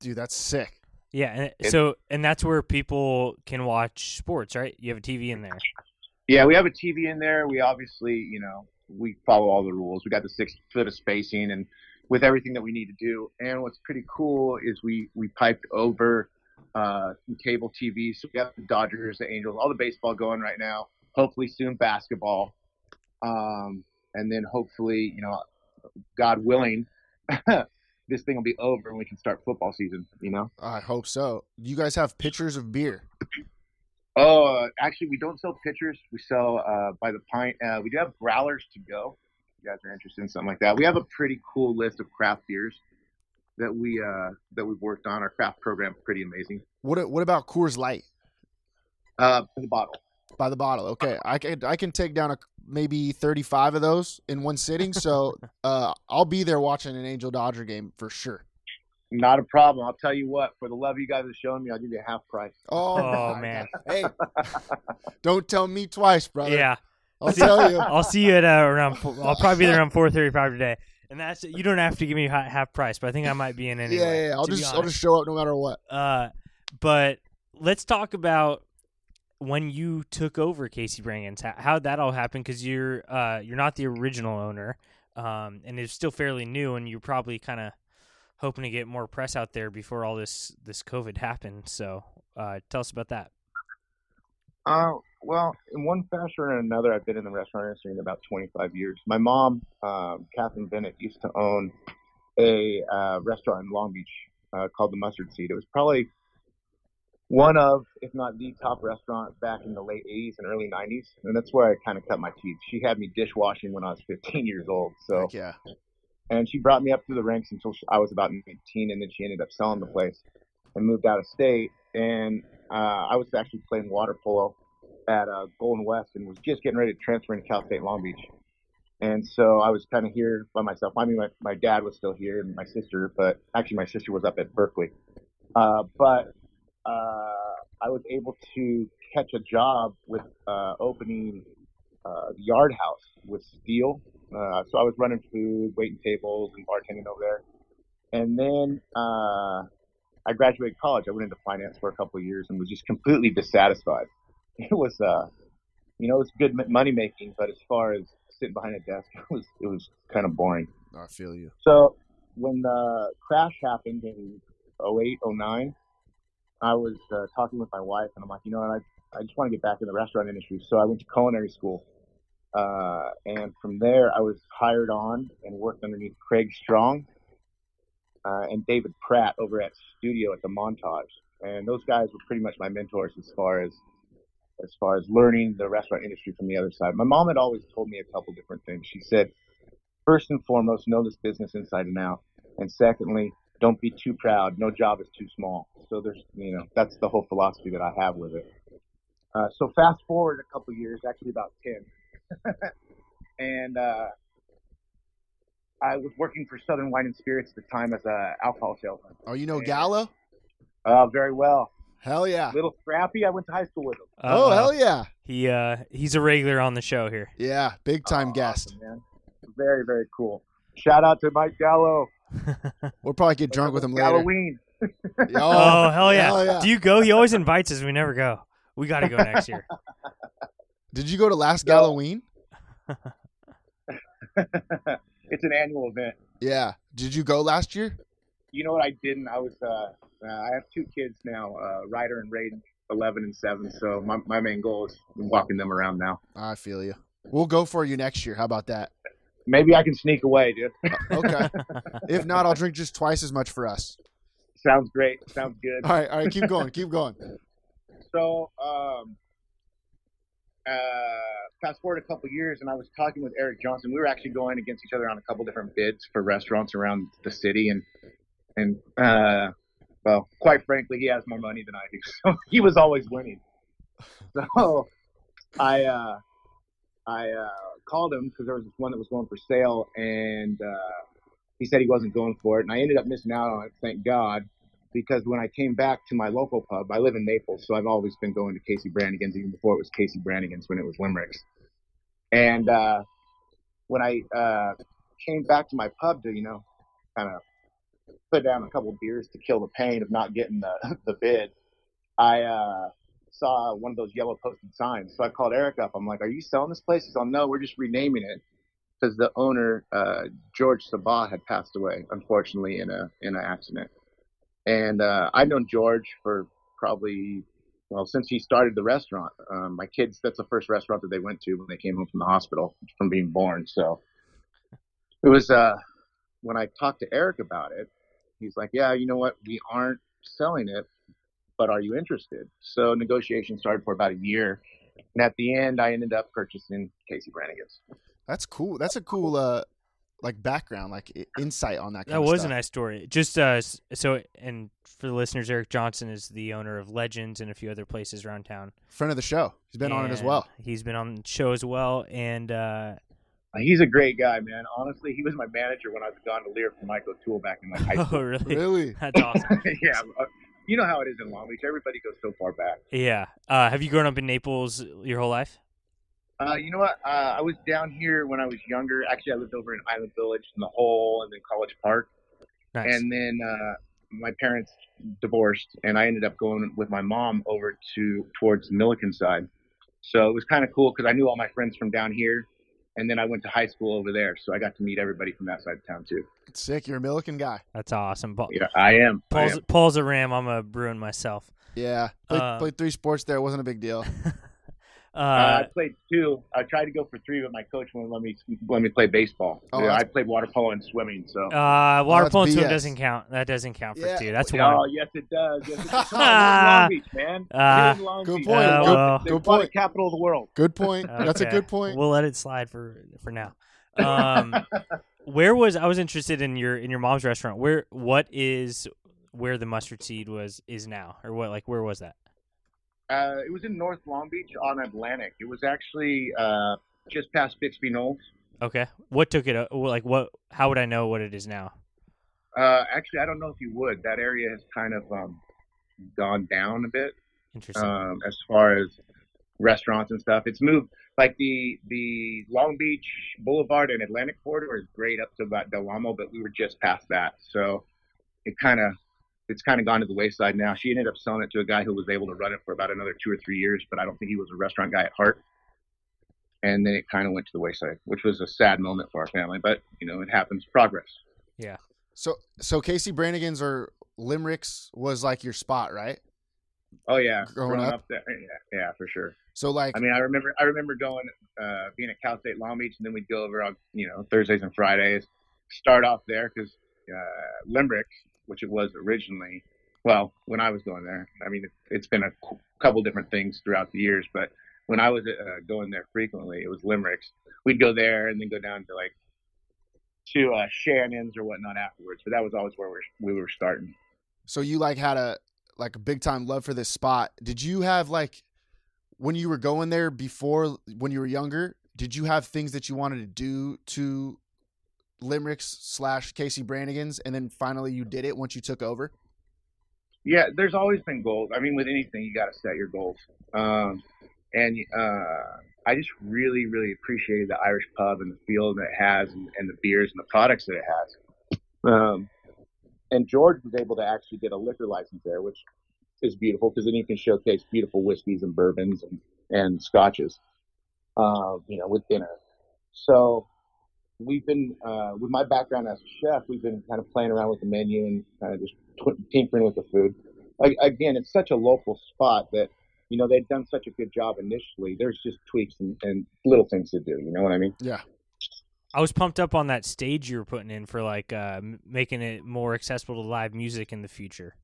[SPEAKER 1] Dude, that's sick.
[SPEAKER 2] Yeah, and
[SPEAKER 4] It-
[SPEAKER 2] so and that's where people can watch sports, right? You have a TV in there.
[SPEAKER 4] Yeah, we have a TV in there. We obviously, you know, we follow all the rules. We got the six foot of spacing and with everything that we need to do. And what's pretty cool is we we piped over uh, some cable TV. So we got the Dodgers, the Angels, all the baseball going right now. Hopefully soon basketball, um, and then hopefully, you know, God willing, this thing will be over and we can start football season. You know.
[SPEAKER 1] I hope so. You guys have pitchers of beer.
[SPEAKER 4] Oh, uh, actually, we don't sell pitchers. We sell uh, by the pint. Uh, we do have growlers to go. If you guys are interested in something like that, we have a pretty cool list of craft beers that we uh, that we've worked on. Our craft program is pretty amazing.
[SPEAKER 1] What what about Coors Light
[SPEAKER 4] Uh, the bottle.
[SPEAKER 1] by the bottle? Okay, I can I can take down a maybe 35 of those in one sitting. So uh, I'll be there watching an Angel Dodger game for sure.
[SPEAKER 4] Not a problem. I'll tell you what. For the love you guys are showing me, I'll give you half price.
[SPEAKER 1] Oh,
[SPEAKER 2] Oh,
[SPEAKER 1] my
[SPEAKER 2] man.
[SPEAKER 1] God. Hey, don't tell me twice, brother.
[SPEAKER 2] Yeah,
[SPEAKER 1] I'll tell you.
[SPEAKER 2] I'll see you at uh, around. four- I'll probably be there around four thirty-five today. And that's you don't have to give me ha- half price, but I think I might be in anyway.
[SPEAKER 1] yeah, yeah, yeah. I'll
[SPEAKER 2] to be
[SPEAKER 1] just I'll
[SPEAKER 2] honest.
[SPEAKER 1] just show up no matter what.
[SPEAKER 2] Uh, but let's talk about when you took over Casey Brangans. How how'd that all happen? Because you're uh, you're not the original owner, um, and it's still fairly new, and you're probably kind of hoping to get more press out there before all this this COVID happened. So uh, tell us about that.
[SPEAKER 4] Uh, well, in one fashion or another, I've been in the restaurant industry in about 25 years. My mom, um, Catherine Bennett, used to own a uh, restaurant in Long Beach uh, called the Mustard Seed. It was probably one of, if not the top restaurant back in the late 80s and early 90s. And that's where I kind of cut my teeth. She had me dishwashing when I was 15 years old. So
[SPEAKER 1] Heck yeah.
[SPEAKER 4] and she brought me up through the ranks until sh I was about 19, and then she ended up selling the place and moved out of state. And uh, I was actually playing water polo at uh, Golden West and was just getting ready to transfer into Cal State Long Beach. And so I was kind of here by myself. I mean, my, my dad was still here and my sister, but actually my sister was up at Berkeley. Uh, but uh, I was able to catch a job with uh, opening uh, the Yard House with Steel. Uh, so I was running food, waiting tables, and bartending over there. And then uh, I graduated college. I went into finance for a couple of years and was just completely dissatisfied. It was, uh, you know, it's good m- money making, but as far as sitting behind a desk, it was it was kind of boring.
[SPEAKER 1] I feel you.
[SPEAKER 4] So when the crash happened in 08, 09, I was uh, talking with my wife, and I'm like, you know what, I, I just want to get back in the restaurant industry. So I went to culinary school. Uh, and from there, I was hired on and worked underneath Craig Strong uh, and David Pratt over at Studio at the Montage. And those guys were pretty much my mentors as far as as far as learning the restaurant industry from the other side. My mom had always told me a couple different things. She said, first and foremost, know this business inside and out. And secondly, don't be too proud. No job is too small. So there's, you know, that's the whole philosophy that I have with it. Uh, so fast forward a couple years, actually about 10. and uh, I was working for Southern Wine and Spirits at the time as a alcohol salesman.
[SPEAKER 1] Oh, you know Gallo?
[SPEAKER 4] Uh, very well.
[SPEAKER 1] Hell yeah.
[SPEAKER 4] Little scrappy. I went to high school with him.
[SPEAKER 1] oh,
[SPEAKER 2] Uh,
[SPEAKER 1] hell yeah.
[SPEAKER 2] He uh, he's a regular on the show here.
[SPEAKER 1] Yeah, big time
[SPEAKER 4] Oh,
[SPEAKER 1] guest.
[SPEAKER 4] awesome, man. Very, very cool. Shout out to Mike Gallo.
[SPEAKER 1] We'll probably get drunk with him later.
[SPEAKER 4] Halloween.
[SPEAKER 1] Yeah,
[SPEAKER 2] Oh, hell yeah.
[SPEAKER 1] hell yeah.
[SPEAKER 2] Do you go? He always invites us. We never go. We got to go next year.
[SPEAKER 1] Did you go to last
[SPEAKER 4] No.
[SPEAKER 1] Halloween?
[SPEAKER 4] it's an annual event.
[SPEAKER 1] Yeah. Did you go last year?
[SPEAKER 4] You know what? I didn't. I was. Uh, uh, I have two kids now, uh, Ryder and Raiden, eleven and seven. So my my main goal is walking them around now.
[SPEAKER 1] I feel you. We'll go for you next year. How about that?
[SPEAKER 4] Maybe I can sneak away, dude.
[SPEAKER 1] Okay. if not, I'll drink just twice as much for us.
[SPEAKER 4] Sounds great. Sounds good.
[SPEAKER 1] All right. All right. Keep going. Keep going.
[SPEAKER 4] so um, uh, fast forward a couple years, and I was talking with Eric Johnson. We were actually going against each other on a couple different bids for restaurants around the city, and and uh, well, quite frankly, he has more money than I do, so he was always winning. So I uh, I uh, called him because there was this one that was going for sale, and uh, he said he wasn't going for it, and I ended up missing out on it. Thank God because when I came back to my local pub, I live in Naples, so I've always been going to Casey Brannigan's, even before it was Casey Brannigan's when it was Limerick's. And uh, when I uh, came back to my pub to, you know, kind of put down a couple beers to kill the pain of not getting the, the bid, I uh, saw one of those yellow posted signs. So I called Eric up. I'm like, Are you selling this place? He's all, No, we're just renaming it. Because the owner, uh, George Sabah, had passed away, unfortunately, in a in an accident and uh, I've known George for probably well since he started the restaurant. Um, my kids, that's the first restaurant that they went to when they came home from the hospital from being born. So it was uh, when I talked to Eric about it, he's like, "Yeah, you know what? We aren't selling it, but are you interested?" So negotiations started for about a year, and at the end, I ended up purchasing Casey Brannigan's.
[SPEAKER 1] That's cool. That's a cool, uh, like background, like i- insight on that. Kind
[SPEAKER 2] That
[SPEAKER 1] of
[SPEAKER 2] was a
[SPEAKER 1] stuff.
[SPEAKER 2] nice story. Just uh, s- so, and for the listeners, Eric Johnson is the owner of Legends and a few other places around town.
[SPEAKER 1] friend of the show. He's been on it as
[SPEAKER 2] And
[SPEAKER 1] well.
[SPEAKER 2] He's been on the show as well, and uh,
[SPEAKER 4] He's a great guy, man. Honestly, he was my manager when I was a gondolier for Michael Tool back in like high school.
[SPEAKER 2] oh really?
[SPEAKER 1] Really?
[SPEAKER 2] That's awesome.
[SPEAKER 4] yeah, uh, you know how it is in Long Beach. Everybody goes so far back.
[SPEAKER 2] yeah. Uh, have you grown up in Naples your whole life?
[SPEAKER 4] Uh, you know what? Uh, I was down here when I was younger. Actually, I lived over in Island Village in the Hole and then College Park.
[SPEAKER 2] Nice.
[SPEAKER 4] And then uh, my parents divorced, and I ended up going with my mom over to towards the Milliken side. So it was kind of cool because I knew all my friends from down here, and then I went to high school over there, so I got to meet everybody from that side of town too.
[SPEAKER 1] Sick. You're a Milliken guy.
[SPEAKER 2] That's awesome. Paul,
[SPEAKER 4] Yeah, I am. I
[SPEAKER 2] Paul's,
[SPEAKER 4] am.
[SPEAKER 2] Paul's a Ram. I'm a Bruin myself.
[SPEAKER 1] Yeah. Played,
[SPEAKER 2] Uh,
[SPEAKER 1] played three sports there. It wasn't a big deal.
[SPEAKER 2] Uh,
[SPEAKER 4] Uh, I played two. I tried to go for three, but my coach wouldn't let me let me play baseball.
[SPEAKER 1] Oh,
[SPEAKER 4] yeah,
[SPEAKER 1] that's-
[SPEAKER 4] I played water polo and swimming. So.
[SPEAKER 2] uh, water
[SPEAKER 1] Oh, that's
[SPEAKER 2] polo and swim
[SPEAKER 1] BS.
[SPEAKER 2] doesn't count. That doesn't count for
[SPEAKER 1] Yeah.
[SPEAKER 2] two. That's one.
[SPEAKER 4] Oh yes, it does. Yes, it does. Oh, we're in Long Beach, man. We're
[SPEAKER 2] Ah.
[SPEAKER 4] in Long
[SPEAKER 1] Good
[SPEAKER 4] Beach.
[SPEAKER 1] point.
[SPEAKER 2] Uh,
[SPEAKER 1] good,
[SPEAKER 2] well.
[SPEAKER 4] They
[SPEAKER 1] good
[SPEAKER 4] fought the
[SPEAKER 1] point.
[SPEAKER 4] capital of the world.
[SPEAKER 1] Good point. That's a
[SPEAKER 2] Okay.
[SPEAKER 1] good point.
[SPEAKER 2] We'll let it slide for for now. Um, where was I was interested in your in your mom's restaurant? Where what is where the mustard seed was is now or what like where was that?
[SPEAKER 4] Uh, it was in North Long Beach on Atlantic. It was actually uh, just past Bixby Knolls.
[SPEAKER 2] Okay, what took it? o- well, Like what? How would I know what it is now?
[SPEAKER 4] Uh, actually, I don't know if you would. That area has kind of um, gone down a bit
[SPEAKER 2] Interesting.
[SPEAKER 4] um, as far as restaurants and stuff. It's moved like the the Long Beach Boulevard and Atlantic corridor is great up to about Del Amo, but we were just past that, so it kind of it's kind of gone to the wayside now. She ended up selling it to a guy who was able to run it for about another two or three years, but I don't think he was a restaurant guy at heart. And then it kind of went to the wayside, which was a sad moment for our family, but you know it happens. Progress.
[SPEAKER 1] So so Casey Brannigan's or Limericks was like your spot, right?
[SPEAKER 4] Oh yeah,
[SPEAKER 1] Growing up?
[SPEAKER 4] there, yeah, yeah, for sure.
[SPEAKER 1] So like
[SPEAKER 4] I mean, I remember I remember going uh, being at Cal State Long Beach, and then we'd go over on you know Thursdays and Fridays. Start off there because uh, Limerick, which it was originally, well, when I was going there, I mean, it, it's been a cou- couple different things throughout the years, but when I was uh, going there frequently, it was Limerick's. We'd go there and then go down to like to uh, Shannon's or whatnot afterwards. But that was always where we were, we were starting.
[SPEAKER 1] so you like had a like a big time love for this spot. Did you have like when you were going there before when you were younger, did you have things that you wanted to do to Limericks slash Casey Brannigan's and then finally you did it once you took over?
[SPEAKER 4] Yeah, there's always been goals. I mean, with anything, you got to set your goals. Um, and uh, I just really, really appreciated the Irish pub and the feel that it has, and, and the beers and the products that it has. Um, and George was able to actually get a liquor license there, which is beautiful because then you can showcase beautiful whiskeys and bourbons and, and scotches, uh, you know, with dinner. So we've been, uh, with my background as a chef, we've been kind of playing around with the menu and kind of just tw- tinkering with the food. Like, again, it's such a local spot that, you know, they've done such a good job initially. There's just tweaks and, and little things to do. You know what I mean?
[SPEAKER 1] Yeah.
[SPEAKER 2] I was pumped up on that stage you were putting in for like uh, m- making it more accessible to live music in the future.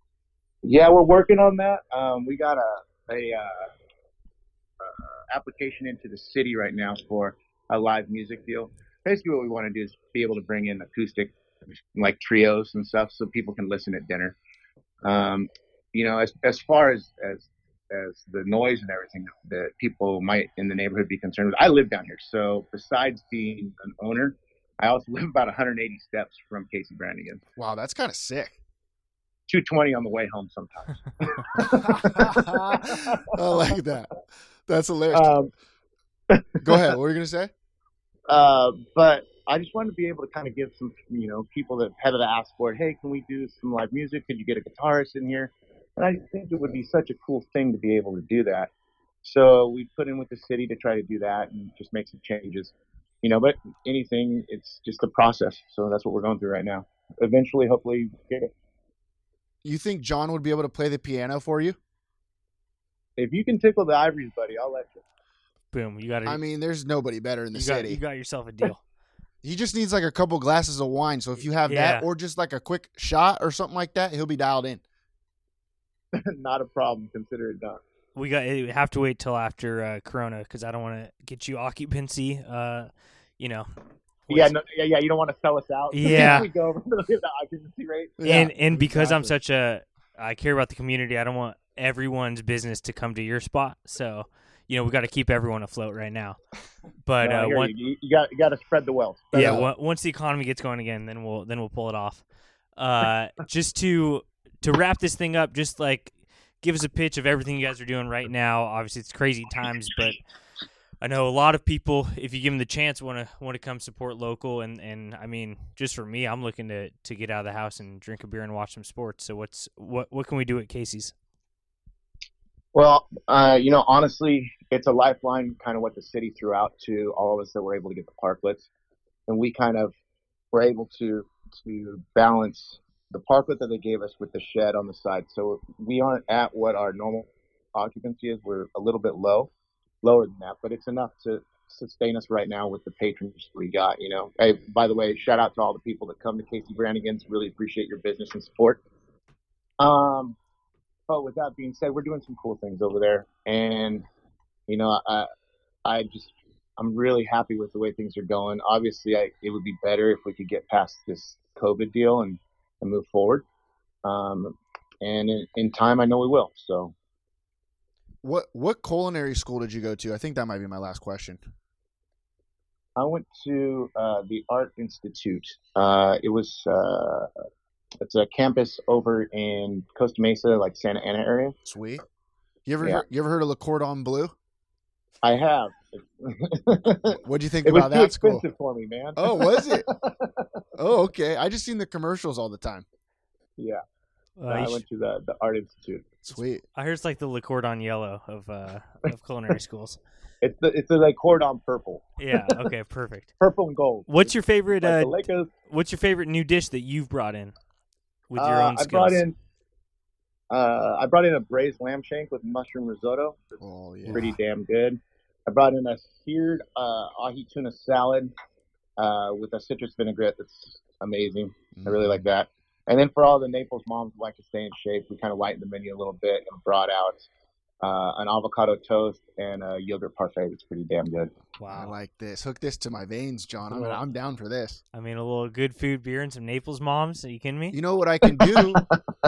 [SPEAKER 4] Yeah, we're working on that. Um, we got a a uh, uh, application into the city right now for a live music deal. Basically, what we want to do is be able to bring in acoustic, like trios and stuff, so people can listen at dinner. Um, you know, as as far as as as the noise and everything that people might in the neighborhood be concerned with, I live down here, so besides being an owner, I also live about 180 steps from Casey Brandigan,
[SPEAKER 1] Wow, that's kind of sick.
[SPEAKER 4] 220 on the way home sometimes.
[SPEAKER 1] I like that. That's hilarious.
[SPEAKER 2] Uh,
[SPEAKER 4] Um,
[SPEAKER 1] Go ahead. What were you gonna say?
[SPEAKER 4] Uh, but I just wanted to be able to kind of give some, you know, people that have asked for it, hey, can we do some live music? Could you get a guitarist in here? And I just think it would be such a cool thing to be able to do that. So we put in with the city to try to do that and just make some changes, you know. But anything, it's just a process. So that's what we're going through right now. Eventually, hopefully, we'll get it.
[SPEAKER 1] You think John would be able to play the piano for you?
[SPEAKER 4] If you can tickle the ivories, buddy, I'll let you.
[SPEAKER 2] Boom! You got it.
[SPEAKER 1] I mean, there's nobody better in the
[SPEAKER 2] you got,
[SPEAKER 1] city.
[SPEAKER 2] you got yourself a deal.
[SPEAKER 1] he just needs like a couple glasses of wine. So if you have
[SPEAKER 2] Yeah.
[SPEAKER 1] that, or just like a quick shot or something like that, he'll be dialed in.
[SPEAKER 4] Not a problem. Consider it done.
[SPEAKER 2] we got eh, we have to wait till after uh, Corona because I don't want to get you occupancy. Uh, you know.
[SPEAKER 4] Yeah, no, yeah, yeah. You don't want to sell us out.
[SPEAKER 2] Yeah.
[SPEAKER 4] we go over the occupancy rate.
[SPEAKER 2] and and because I'm
[SPEAKER 1] exactly.
[SPEAKER 2] such a I care about the community. I don't want everyone's business to come to your spot. So you know we got to keep everyone afloat right now. But
[SPEAKER 4] No, I
[SPEAKER 2] uh,
[SPEAKER 4] hear
[SPEAKER 2] one,
[SPEAKER 4] you. You- you got you got to spread the wealth. Spread
[SPEAKER 2] yeah,
[SPEAKER 4] the
[SPEAKER 2] on- once the economy gets going again, then we'll then we'll pull it off. Uh, just to to wrap this thing up, just like give us a pitch of everything you guys are doing right now. Obviously, it's crazy times, but I know a lot of people, if you give them the chance, want to want to come support local. And and I mean, just for me, I'm looking to to get out of the house and drink a beer and watch some sports. So what's what what can we do at Casey's?
[SPEAKER 4] Well, uh, you know, honestly, it's a lifeline, kind of what the city threw out to all of us that were able to get the parklets, and we kind of were able to to balance the parklet that they gave us with the shed on the side. So we aren't at what our normal occupancy is. We're a little bit low, lower than that, but it's enough to sustain us right now with the patrons we got. You know, hey, by the way, shout out to all the people that come to Casey Brannigan's. Really appreciate your business and support. Um, but with that being said, we're doing some cool things over there, and you know, I, I just, I'm really happy with the way things are going. Obviously, I, it would be better if we could get past this COVID deal and and move forward. Um, and in, in time, I know we will. So
[SPEAKER 1] What what culinary school did you go to? I think that might be my last question.
[SPEAKER 4] I went to uh, the Art Institute. Uh, it was uh, it's a campus over in Costa Mesa, like Santa Ana area.
[SPEAKER 1] Sweet. You ever
[SPEAKER 4] Yeah.
[SPEAKER 1] heard, you ever heard of Le Cordon Bleu?
[SPEAKER 4] I have.
[SPEAKER 1] What do you think
[SPEAKER 4] it was
[SPEAKER 1] about
[SPEAKER 4] too
[SPEAKER 1] that school?
[SPEAKER 4] expensive for me, man.
[SPEAKER 1] Oh, was it? oh, okay. I just seen the commercials all the time.
[SPEAKER 4] yeah.
[SPEAKER 2] Uh,
[SPEAKER 4] I
[SPEAKER 2] you
[SPEAKER 4] went
[SPEAKER 2] sh-
[SPEAKER 4] to the, the Art Institute.
[SPEAKER 1] Sweet.
[SPEAKER 2] I heard it's like the Le Cordon Yellow of uh, of culinary schools.
[SPEAKER 4] It's the, it's the, like cordon purple,
[SPEAKER 2] Yeah. Okay. Perfect.
[SPEAKER 4] purple and gold.
[SPEAKER 2] What's your favorite?
[SPEAKER 4] Like
[SPEAKER 2] Uh,
[SPEAKER 4] the Lakers.
[SPEAKER 2] What's your favorite new dish that you've brought in with your
[SPEAKER 4] Uh,
[SPEAKER 2] own skills?
[SPEAKER 4] I brought in. Uh, I brought in a braised lamb shank with mushroom risotto. It's
[SPEAKER 1] Oh yeah.
[SPEAKER 4] pretty damn good. I brought in a seared uh, ahi tuna salad uh, with a citrus vinaigrette. That's amazing.
[SPEAKER 1] Mm.
[SPEAKER 4] I really like that. And then for all the Naples moms who like to stay in shape, we kind of lightened the menu a little bit and brought out uh, an avocado toast and a yogurt parfait. It's pretty damn good.
[SPEAKER 1] I
[SPEAKER 2] wow.
[SPEAKER 1] like this. Hook this to my veins, John. I'm,
[SPEAKER 2] Cool.
[SPEAKER 1] I'm down for this.
[SPEAKER 2] I mean, a little good food, beer, and some Naples moms. Are you kidding me?
[SPEAKER 1] You know what I can do?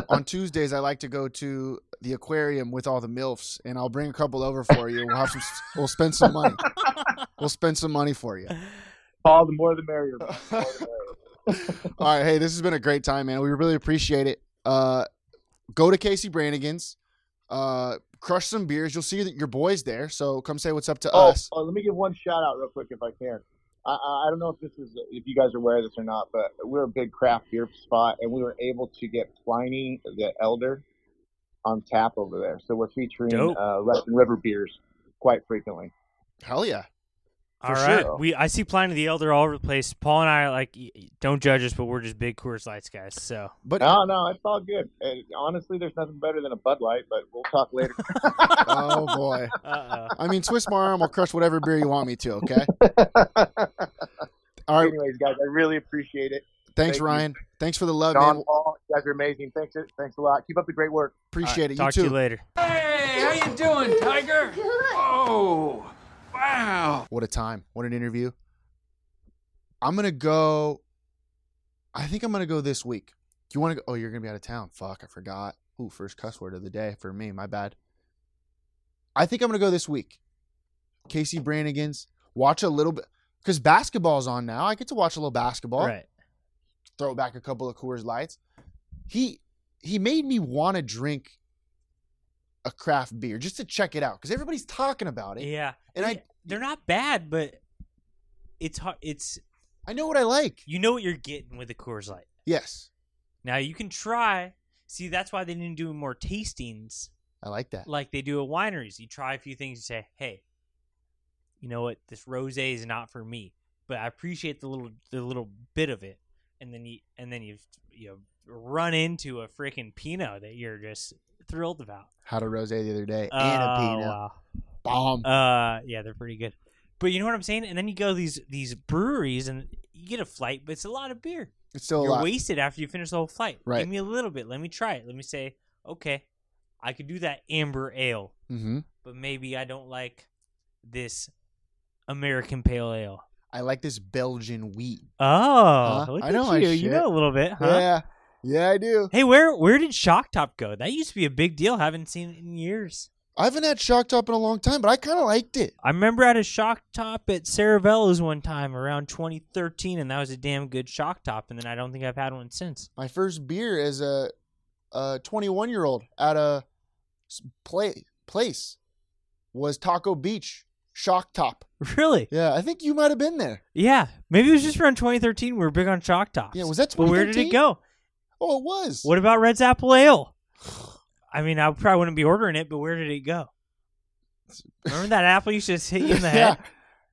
[SPEAKER 1] On Tuesdays, I like to go to the aquarium with all the milfs, and I'll bring a couple over for you. We'll have some. We'll spend some money. We'll spend some money for you.
[SPEAKER 4] Paul, the more the merrier. man.
[SPEAKER 1] all right, hey, this has been a great time, man. We really appreciate it. Uh, go to Casey Brannigan's, uh, crush some beers. You'll see that your boys there, so come say what's up to
[SPEAKER 4] Oh,
[SPEAKER 1] us.
[SPEAKER 4] oh, let me give one shout out real quick if I can. I, I I don't know if this is if you guys are aware of this or not, but we're a big craft beer spot, and we were able to get Pliny the Elder on tap over there. So we're featuring
[SPEAKER 2] Dope.
[SPEAKER 4] uh, Russian River beers quite frequently.
[SPEAKER 1] Hell yeah.
[SPEAKER 2] All
[SPEAKER 4] For
[SPEAKER 2] right,
[SPEAKER 4] sure.
[SPEAKER 2] we I see Pliny the Elder all over the place. Paul and I are like, y- y- don't judge us, but we're just big Coors Lights guys. So
[SPEAKER 1] But
[SPEAKER 4] No, no, it's all good. Uh honestly, there's nothing better than a Bud Light, but we'll talk later.
[SPEAKER 1] oh boy.
[SPEAKER 2] uh,
[SPEAKER 1] I mean, twist my arm. I'll crush whatever beer you want me to. Okay. All right.
[SPEAKER 4] Anyways, guys, I really appreciate it.
[SPEAKER 1] Thanks,
[SPEAKER 4] thank you.
[SPEAKER 1] Ryan. Thanks for the love,
[SPEAKER 4] John
[SPEAKER 1] man.
[SPEAKER 4] Paul, you guys are amazing. Thanks, thanks a lot. Keep up the great work.
[SPEAKER 1] Appreciate it. You
[SPEAKER 2] talk
[SPEAKER 1] too.
[SPEAKER 2] to you later.
[SPEAKER 5] Hey, how you doing, Tiger? Oh, wow.
[SPEAKER 1] What a time. What an interview. I'm going to go. I think I'm going to go this week. Do you want to go? Oh, you're going to be out of town. Fuck, I forgot. Ooh, first cuss word of the day for me. My bad. I think I'm going to go this week. Casey Brannigan's. Watch a little bit. Because basketball's on now. I get to watch a little basketball.
[SPEAKER 2] Right.
[SPEAKER 1] Throw back a couple of Coors Lights. He he made me want to drink a craft beer just to check it out because everybody's talking about it.
[SPEAKER 2] Yeah.
[SPEAKER 1] And I
[SPEAKER 2] They're not bad, but it's hard. It's
[SPEAKER 1] I know what I like.
[SPEAKER 2] you know what you're getting with a Coors Light.
[SPEAKER 1] Yes,
[SPEAKER 2] Now you can try. See, that's why they didn't do more tastings
[SPEAKER 1] I like that.
[SPEAKER 2] like they do at wineries. You try a few things and say, "Hey, you know what? This rosé is not for me, but I appreciate the little the little bit of it." And then you and then you you run into a freaking Pinot that you're just thrilled about.
[SPEAKER 1] had a rosé the other day
[SPEAKER 2] Oh,
[SPEAKER 1] and a pinot.
[SPEAKER 2] wow.
[SPEAKER 1] Bomb.
[SPEAKER 2] Uh, yeah, they're pretty good. But you know what I'm saying? And then you go to these these breweries and you get a flight, but it's a lot of beer.
[SPEAKER 1] It's still a
[SPEAKER 2] You're
[SPEAKER 1] lot.
[SPEAKER 2] wasted after you finish the whole flight.
[SPEAKER 1] Right.
[SPEAKER 2] Give me a little bit. Let me try it. Let me say, okay, I could do that amber ale,
[SPEAKER 1] hmm
[SPEAKER 2] but maybe I don't like this American pale ale.
[SPEAKER 1] I like this Belgian wheat.
[SPEAKER 2] Oh,
[SPEAKER 1] Huh?
[SPEAKER 2] look
[SPEAKER 1] I
[SPEAKER 2] at
[SPEAKER 1] know my
[SPEAKER 2] you. You
[SPEAKER 1] shit.
[SPEAKER 2] know a little bit, huh?
[SPEAKER 1] Yeah, yeah, I do.
[SPEAKER 2] Hey, where where did Shock Top go? That used to be a big deal. Haven't seen it in years.
[SPEAKER 1] I haven't had shock top in a long time, but I kind of liked it.
[SPEAKER 2] I remember I had a shock top at Saravella's one time around 2013, and that was a damn good shock top. And then I don't think I've had one since.
[SPEAKER 1] My first beer as a a 21 year old at a s- pla place was Taco Beach shock top.
[SPEAKER 2] Really?
[SPEAKER 1] Yeah, I think you might have been there.
[SPEAKER 2] Yeah. Maybe it was just around 2013. We were big on shock tops.
[SPEAKER 1] Yeah, was that
[SPEAKER 2] But where did it
[SPEAKER 1] 2013?
[SPEAKER 2] go?
[SPEAKER 1] Oh, it was.
[SPEAKER 2] What about Red's Apple Ale? I mean, I probably wouldn't be ordering it, but where did it go? Remember that apple used to just hit you in the
[SPEAKER 1] yeah,
[SPEAKER 2] head?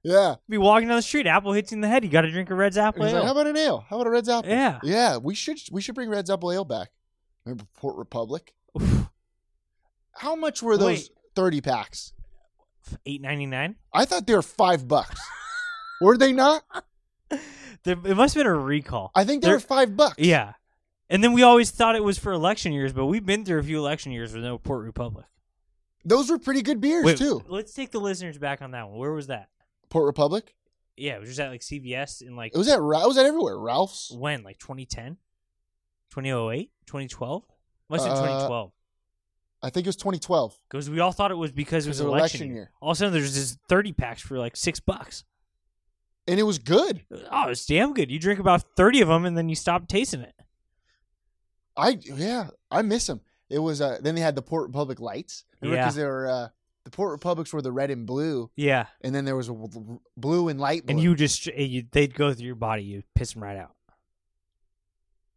[SPEAKER 1] yeah.
[SPEAKER 2] Be walking down the street, apple hits you in the head. You got to drink a Red's
[SPEAKER 1] And
[SPEAKER 2] Apple
[SPEAKER 1] he's
[SPEAKER 2] Ale.
[SPEAKER 1] like, how about an ale? How about a Red's apple?
[SPEAKER 2] Yeah.
[SPEAKER 1] yeah. We should we should bring Red's apple ale back. Remember Port Republic? How much were those
[SPEAKER 2] Wait.
[SPEAKER 1] 30 packs?
[SPEAKER 2] Eight ninety nine.
[SPEAKER 1] I thought they were five bucks. were they not?
[SPEAKER 2] There, it must have been a recall.
[SPEAKER 1] I think they
[SPEAKER 2] There-
[SPEAKER 1] were five bucks.
[SPEAKER 2] Yeah. And then we always thought it was for election years, but we've been through a few election years with no Port Republic.
[SPEAKER 1] Those were pretty good beers
[SPEAKER 2] Wait,
[SPEAKER 1] too.
[SPEAKER 2] Let's take the listeners back on that one. Where was that?
[SPEAKER 1] Port Republic.
[SPEAKER 2] Yeah, it was just at like CVS in like
[SPEAKER 1] It was at Ra- it was at everywhere. Ralph's.
[SPEAKER 2] when? Like 2010? 2008? 2012? Must have been
[SPEAKER 1] Uh,
[SPEAKER 2] 2012.
[SPEAKER 1] I think it was 2012.
[SPEAKER 2] Because we all thought it was because it was
[SPEAKER 1] 'Cause of
[SPEAKER 2] election,
[SPEAKER 1] election
[SPEAKER 2] year.
[SPEAKER 1] year.
[SPEAKER 2] All of a sudden there's this 30 packs for like six bucks.
[SPEAKER 1] And it was good.
[SPEAKER 2] Oh, it's damn good. You drink about 30 of them and then you stop tasting it.
[SPEAKER 1] I yeah, I miss them. It was uh, then they had the Port Republic lights. Remember
[SPEAKER 2] Yeah.
[SPEAKER 1] cuz they were uh, the Port Republics were the red and blue
[SPEAKER 2] Yeah.
[SPEAKER 1] and then there was a w- w- blue and light blue.
[SPEAKER 2] And you just, eh, you, they'd go through your body. You'd piss them right out.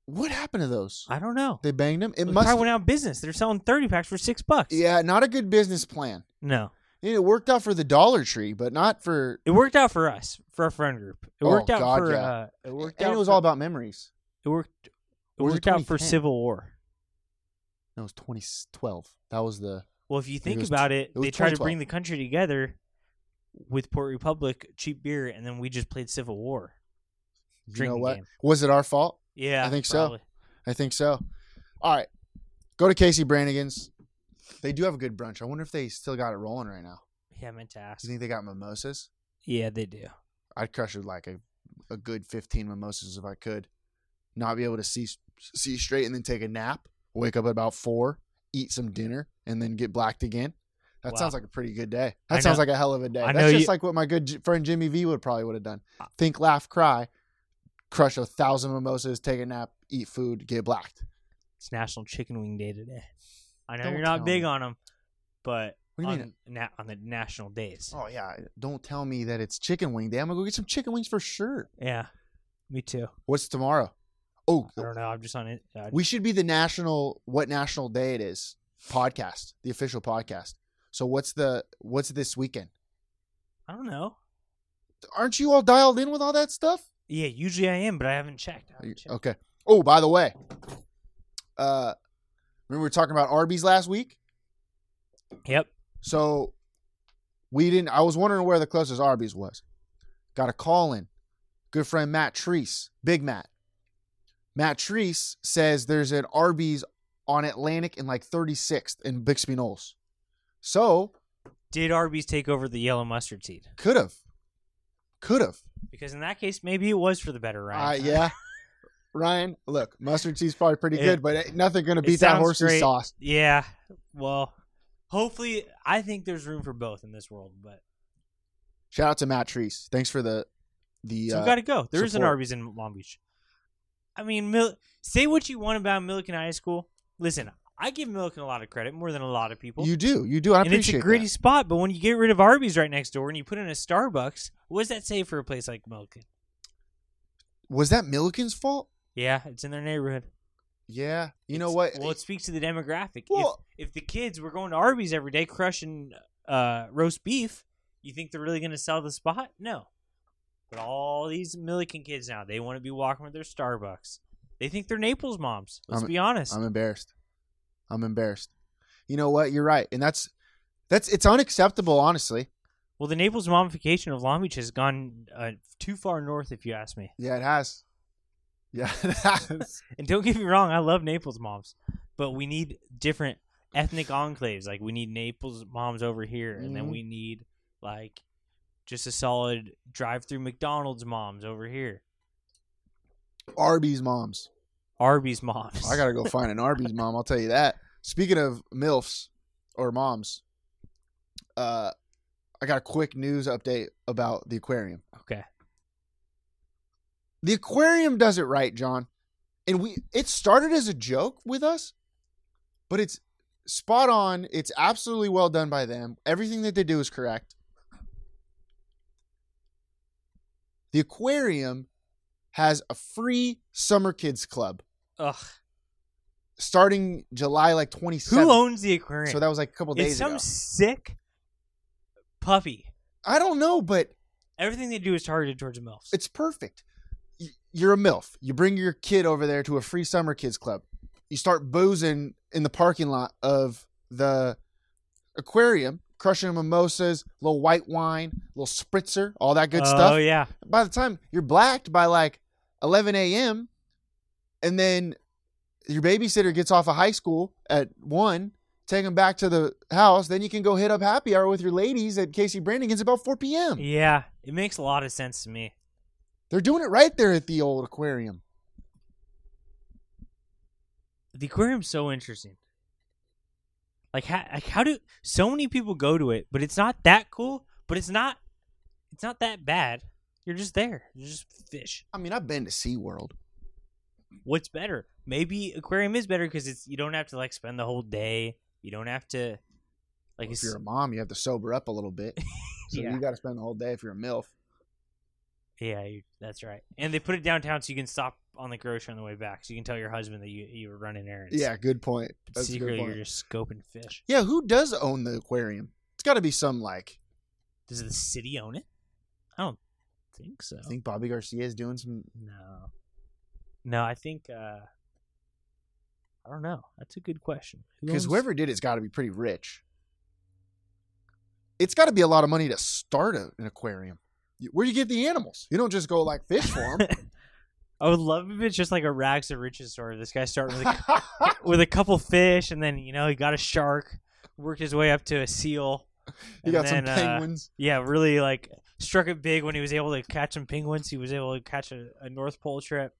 [SPEAKER 1] what happened to those?
[SPEAKER 2] I don't know.
[SPEAKER 1] They banged them. It
[SPEAKER 2] They
[SPEAKER 1] must
[SPEAKER 2] probably went out of business. They're selling thirty packs for six bucks.
[SPEAKER 1] Yeah, not a good business plan.
[SPEAKER 2] No,
[SPEAKER 1] And it worked out for the Dollar Tree, but not for
[SPEAKER 2] it worked out for us for our friend group. It
[SPEAKER 1] Oh,
[SPEAKER 2] worked out
[SPEAKER 1] God,
[SPEAKER 2] for.
[SPEAKER 1] yeah.
[SPEAKER 2] Uh, it worked
[SPEAKER 1] and
[SPEAKER 2] out.
[SPEAKER 1] it was
[SPEAKER 2] for,
[SPEAKER 1] all about memories.
[SPEAKER 2] It worked. It
[SPEAKER 1] Or was it
[SPEAKER 2] worked out for
[SPEAKER 1] 2010?
[SPEAKER 2] Civil War.
[SPEAKER 1] No, it was 2012. That was the
[SPEAKER 2] Well, if you think
[SPEAKER 1] was
[SPEAKER 2] about
[SPEAKER 1] tw-
[SPEAKER 2] it,
[SPEAKER 1] it was
[SPEAKER 2] they tried to
[SPEAKER 1] 2012.
[SPEAKER 2] bring the country together with Port Republic, cheap beer, and then we just played Civil War.
[SPEAKER 1] you know
[SPEAKER 2] Drinking
[SPEAKER 1] what?
[SPEAKER 2] game.
[SPEAKER 1] Was it our fault?
[SPEAKER 2] Yeah,
[SPEAKER 1] I think so.
[SPEAKER 2] probably.
[SPEAKER 1] I think so. All right. Go to Casey Brannigan's. They do have a good brunch. I wonder if they still got it rolling right now.
[SPEAKER 2] Yeah, I meant to ask.
[SPEAKER 1] Do you think they got mimosas?
[SPEAKER 2] Yeah, they do.
[SPEAKER 1] I'd crush it like a, a good 15 mimosas if I could. Not be able to see see straight and then take a nap, wake up at about 4, eat some dinner, and then get blacked again. That
[SPEAKER 2] Wow.
[SPEAKER 1] sounds like a pretty good day.
[SPEAKER 2] I
[SPEAKER 1] That sounds
[SPEAKER 2] know-
[SPEAKER 1] like a hell of a day.
[SPEAKER 2] I know
[SPEAKER 1] That's just
[SPEAKER 2] you- Uh,
[SPEAKER 1] like what my good J- friend Jimmy V would probably would have done. Think, laugh, cry, crush a thousand mimosas, take a nap, eat food, get blacked.
[SPEAKER 2] It's National Chicken Wing Day today. I know
[SPEAKER 1] Don't
[SPEAKER 2] you're not
[SPEAKER 1] tell
[SPEAKER 2] big
[SPEAKER 1] me.
[SPEAKER 2] on 'em, on them, but
[SPEAKER 1] What do you
[SPEAKER 2] on,
[SPEAKER 1] mean?
[SPEAKER 2] na- on the national days.
[SPEAKER 1] Oh yeah, don't tell me that it's chicken wing day. I'm gonna go get some chicken wings for sure.
[SPEAKER 2] Yeah, me too.
[SPEAKER 1] What's tomorrow? Oh,
[SPEAKER 2] I don't know. I'm just on it. Uh,
[SPEAKER 1] we should be the national. What national day it is? podcast, the official podcast. So what's the what's this weekend?
[SPEAKER 2] I don't know.
[SPEAKER 1] Aren't you all dialed in with all that stuff?
[SPEAKER 2] Yeah, usually I am, but I haven't checked. I
[SPEAKER 1] Are you-
[SPEAKER 2] haven't checked.
[SPEAKER 1] Okay. Oh, by the way, uh, remember we were talking about Arby's last week?
[SPEAKER 2] Yep.
[SPEAKER 1] So we didn't. I was wondering where the closest Arby's was. Got a call in. Good friend Matt Treese, Big Matt. Matt Treese says there's an Arby's on Atlantic and like 36th in Bixby Knowles. So
[SPEAKER 2] Did Arby's take over the yellow mustard seed?
[SPEAKER 1] could have, could have.
[SPEAKER 2] Because in that case, maybe it was for the better,
[SPEAKER 1] Uh,
[SPEAKER 2] right?
[SPEAKER 1] yeah. Ryan, look, mustard cheese probably pretty
[SPEAKER 2] It-
[SPEAKER 1] good, but ain't nothing gonna
[SPEAKER 2] it
[SPEAKER 1] beat that
[SPEAKER 2] sounds
[SPEAKER 1] horsey
[SPEAKER 2] great.
[SPEAKER 1] sauce.
[SPEAKER 2] Yeah. Well, hopefully, I think there's room for both in this world, but
[SPEAKER 1] Shout out to Matt Treese. Thanks for the the.
[SPEAKER 2] so
[SPEAKER 1] uh,
[SPEAKER 2] we got to go. There is an
[SPEAKER 1] support.
[SPEAKER 2] Arby's in Long Beach. I mean, Mil- say what you want about Milliken High School. Listen, I give Milliken a lot of credit, more than a lot of people.
[SPEAKER 1] you do, you do. I
[SPEAKER 2] and it's
[SPEAKER 1] appreciate
[SPEAKER 2] a
[SPEAKER 1] that.
[SPEAKER 2] gritty spot, but when you get rid of Arby's right next door and you put in a Starbucks, what does that say for a place like Milliken?
[SPEAKER 1] Was that Milliken's fault?
[SPEAKER 2] Yeah, it's in their neighborhood.
[SPEAKER 1] Yeah, you know
[SPEAKER 2] It's-
[SPEAKER 1] what?
[SPEAKER 2] Well, it speaks to the demographic.
[SPEAKER 1] Well-
[SPEAKER 2] if, if the kids were going to Arby's every day crushing uh, roast beef, you think they're really going to sell the spot? No. But all these Milliken kids now, they want to be walking with their Starbucks. They think they're Naples moms. Let's
[SPEAKER 1] I'm-
[SPEAKER 2] be honest.
[SPEAKER 1] I'm embarrassed. I'm embarrassed. You know what? You're right, and that's that's it's unacceptable, honestly.
[SPEAKER 2] well, the Naples momification of Long Beach has gone uh, too far north, if you ask me.
[SPEAKER 1] Yeah, it has. Yeah, it has.
[SPEAKER 2] And don't get me wrong, I love Naples moms, but we need different ethnic enclaves. Like we need Naples moms over here, and then
[SPEAKER 1] Mhm.
[SPEAKER 2] we need like just a solid drive-through McDonald's moms over here.
[SPEAKER 1] Arby's moms.
[SPEAKER 2] Arby's moms.
[SPEAKER 1] I gotta go find an Arby's mom. I'll tell you that. Speaking of milfs or moms, uh, I got a quick news update about the aquarium.
[SPEAKER 2] okay.
[SPEAKER 1] The aquarium does it right, John. And we it started as a joke with us, but it's spot on. It's absolutely well done by them. Everything that they do is correct. The aquarium has a free summer kids club
[SPEAKER 2] Ugh.
[SPEAKER 1] starting July like 27th.
[SPEAKER 2] Who owns the aquarium?
[SPEAKER 1] So that was like a couple
[SPEAKER 2] it's
[SPEAKER 1] days
[SPEAKER 2] some
[SPEAKER 1] ago.
[SPEAKER 2] sick puppy.
[SPEAKER 1] I don't know, but
[SPEAKER 2] Everything they do is targeted towards milfs.
[SPEAKER 1] it's perfect. Y- You're a MILF. You bring your kid over there to a free summer kids club. You start boozing in the parking lot of the aquarium, crushing mimosas, little white wine, little spritzer, all that good
[SPEAKER 2] Oh
[SPEAKER 1] stuff.
[SPEAKER 2] yeah.
[SPEAKER 1] By the time you're blacked by like 11 a.m., and then your babysitter gets off of high school at 1, take them back to the house, then you can go hit up happy hour with your ladies at Casey Brannigan's about 4 p.m.
[SPEAKER 2] Yeah. It makes a lot of sense to me.
[SPEAKER 1] They're doing it right there at the old aquarium.
[SPEAKER 2] the aquarium's so interesting. Like how, like how do so many people go to it, but it's not that cool, but it's not it's not that bad. You're just there. You're just fish.
[SPEAKER 1] I mean, I've been to SeaWorld.
[SPEAKER 2] What's better? Maybe aquarium is better cuz it's you don't have to like spend the whole day. You don't have to like
[SPEAKER 1] if
[SPEAKER 2] it's,
[SPEAKER 1] you're a mom, you have to sober up a little bit. So
[SPEAKER 2] yeah.
[SPEAKER 1] you got to spend the whole day if you're a MILF.
[SPEAKER 2] yeah, you, that's right. And they put it downtown so you can stop on the grocery on the way back. So you can tell your husband that you you were running errands.
[SPEAKER 1] Yeah, good point.
[SPEAKER 2] But
[SPEAKER 1] That's a good
[SPEAKER 2] secretly you're
[SPEAKER 1] point.
[SPEAKER 2] just scoping fish.
[SPEAKER 1] Yeah, who does own the aquarium? It's got to be some like.
[SPEAKER 2] Does the city own it? I don't think so.
[SPEAKER 1] I think Bobby Garcia is doing some.
[SPEAKER 2] No. No, I think uh I don't know. That's a good question. Who
[SPEAKER 1] Because
[SPEAKER 2] owns-
[SPEAKER 1] whoever did it's got to be pretty rich. It's got to be a lot of money to start a, an aquarium. You- Where do you get the animals? You don't just go like fish for them.
[SPEAKER 2] I would love if it's just like a rags to riches story. This guy started with a, with a couple fish and then, you know, he got a shark, worked his way up to a seal.
[SPEAKER 1] you
[SPEAKER 2] and
[SPEAKER 1] got some
[SPEAKER 2] then, uh,
[SPEAKER 1] penguins.
[SPEAKER 2] yeah, really like struck it big when he was able to catch some penguins. He was able to catch a, a North Pole trip.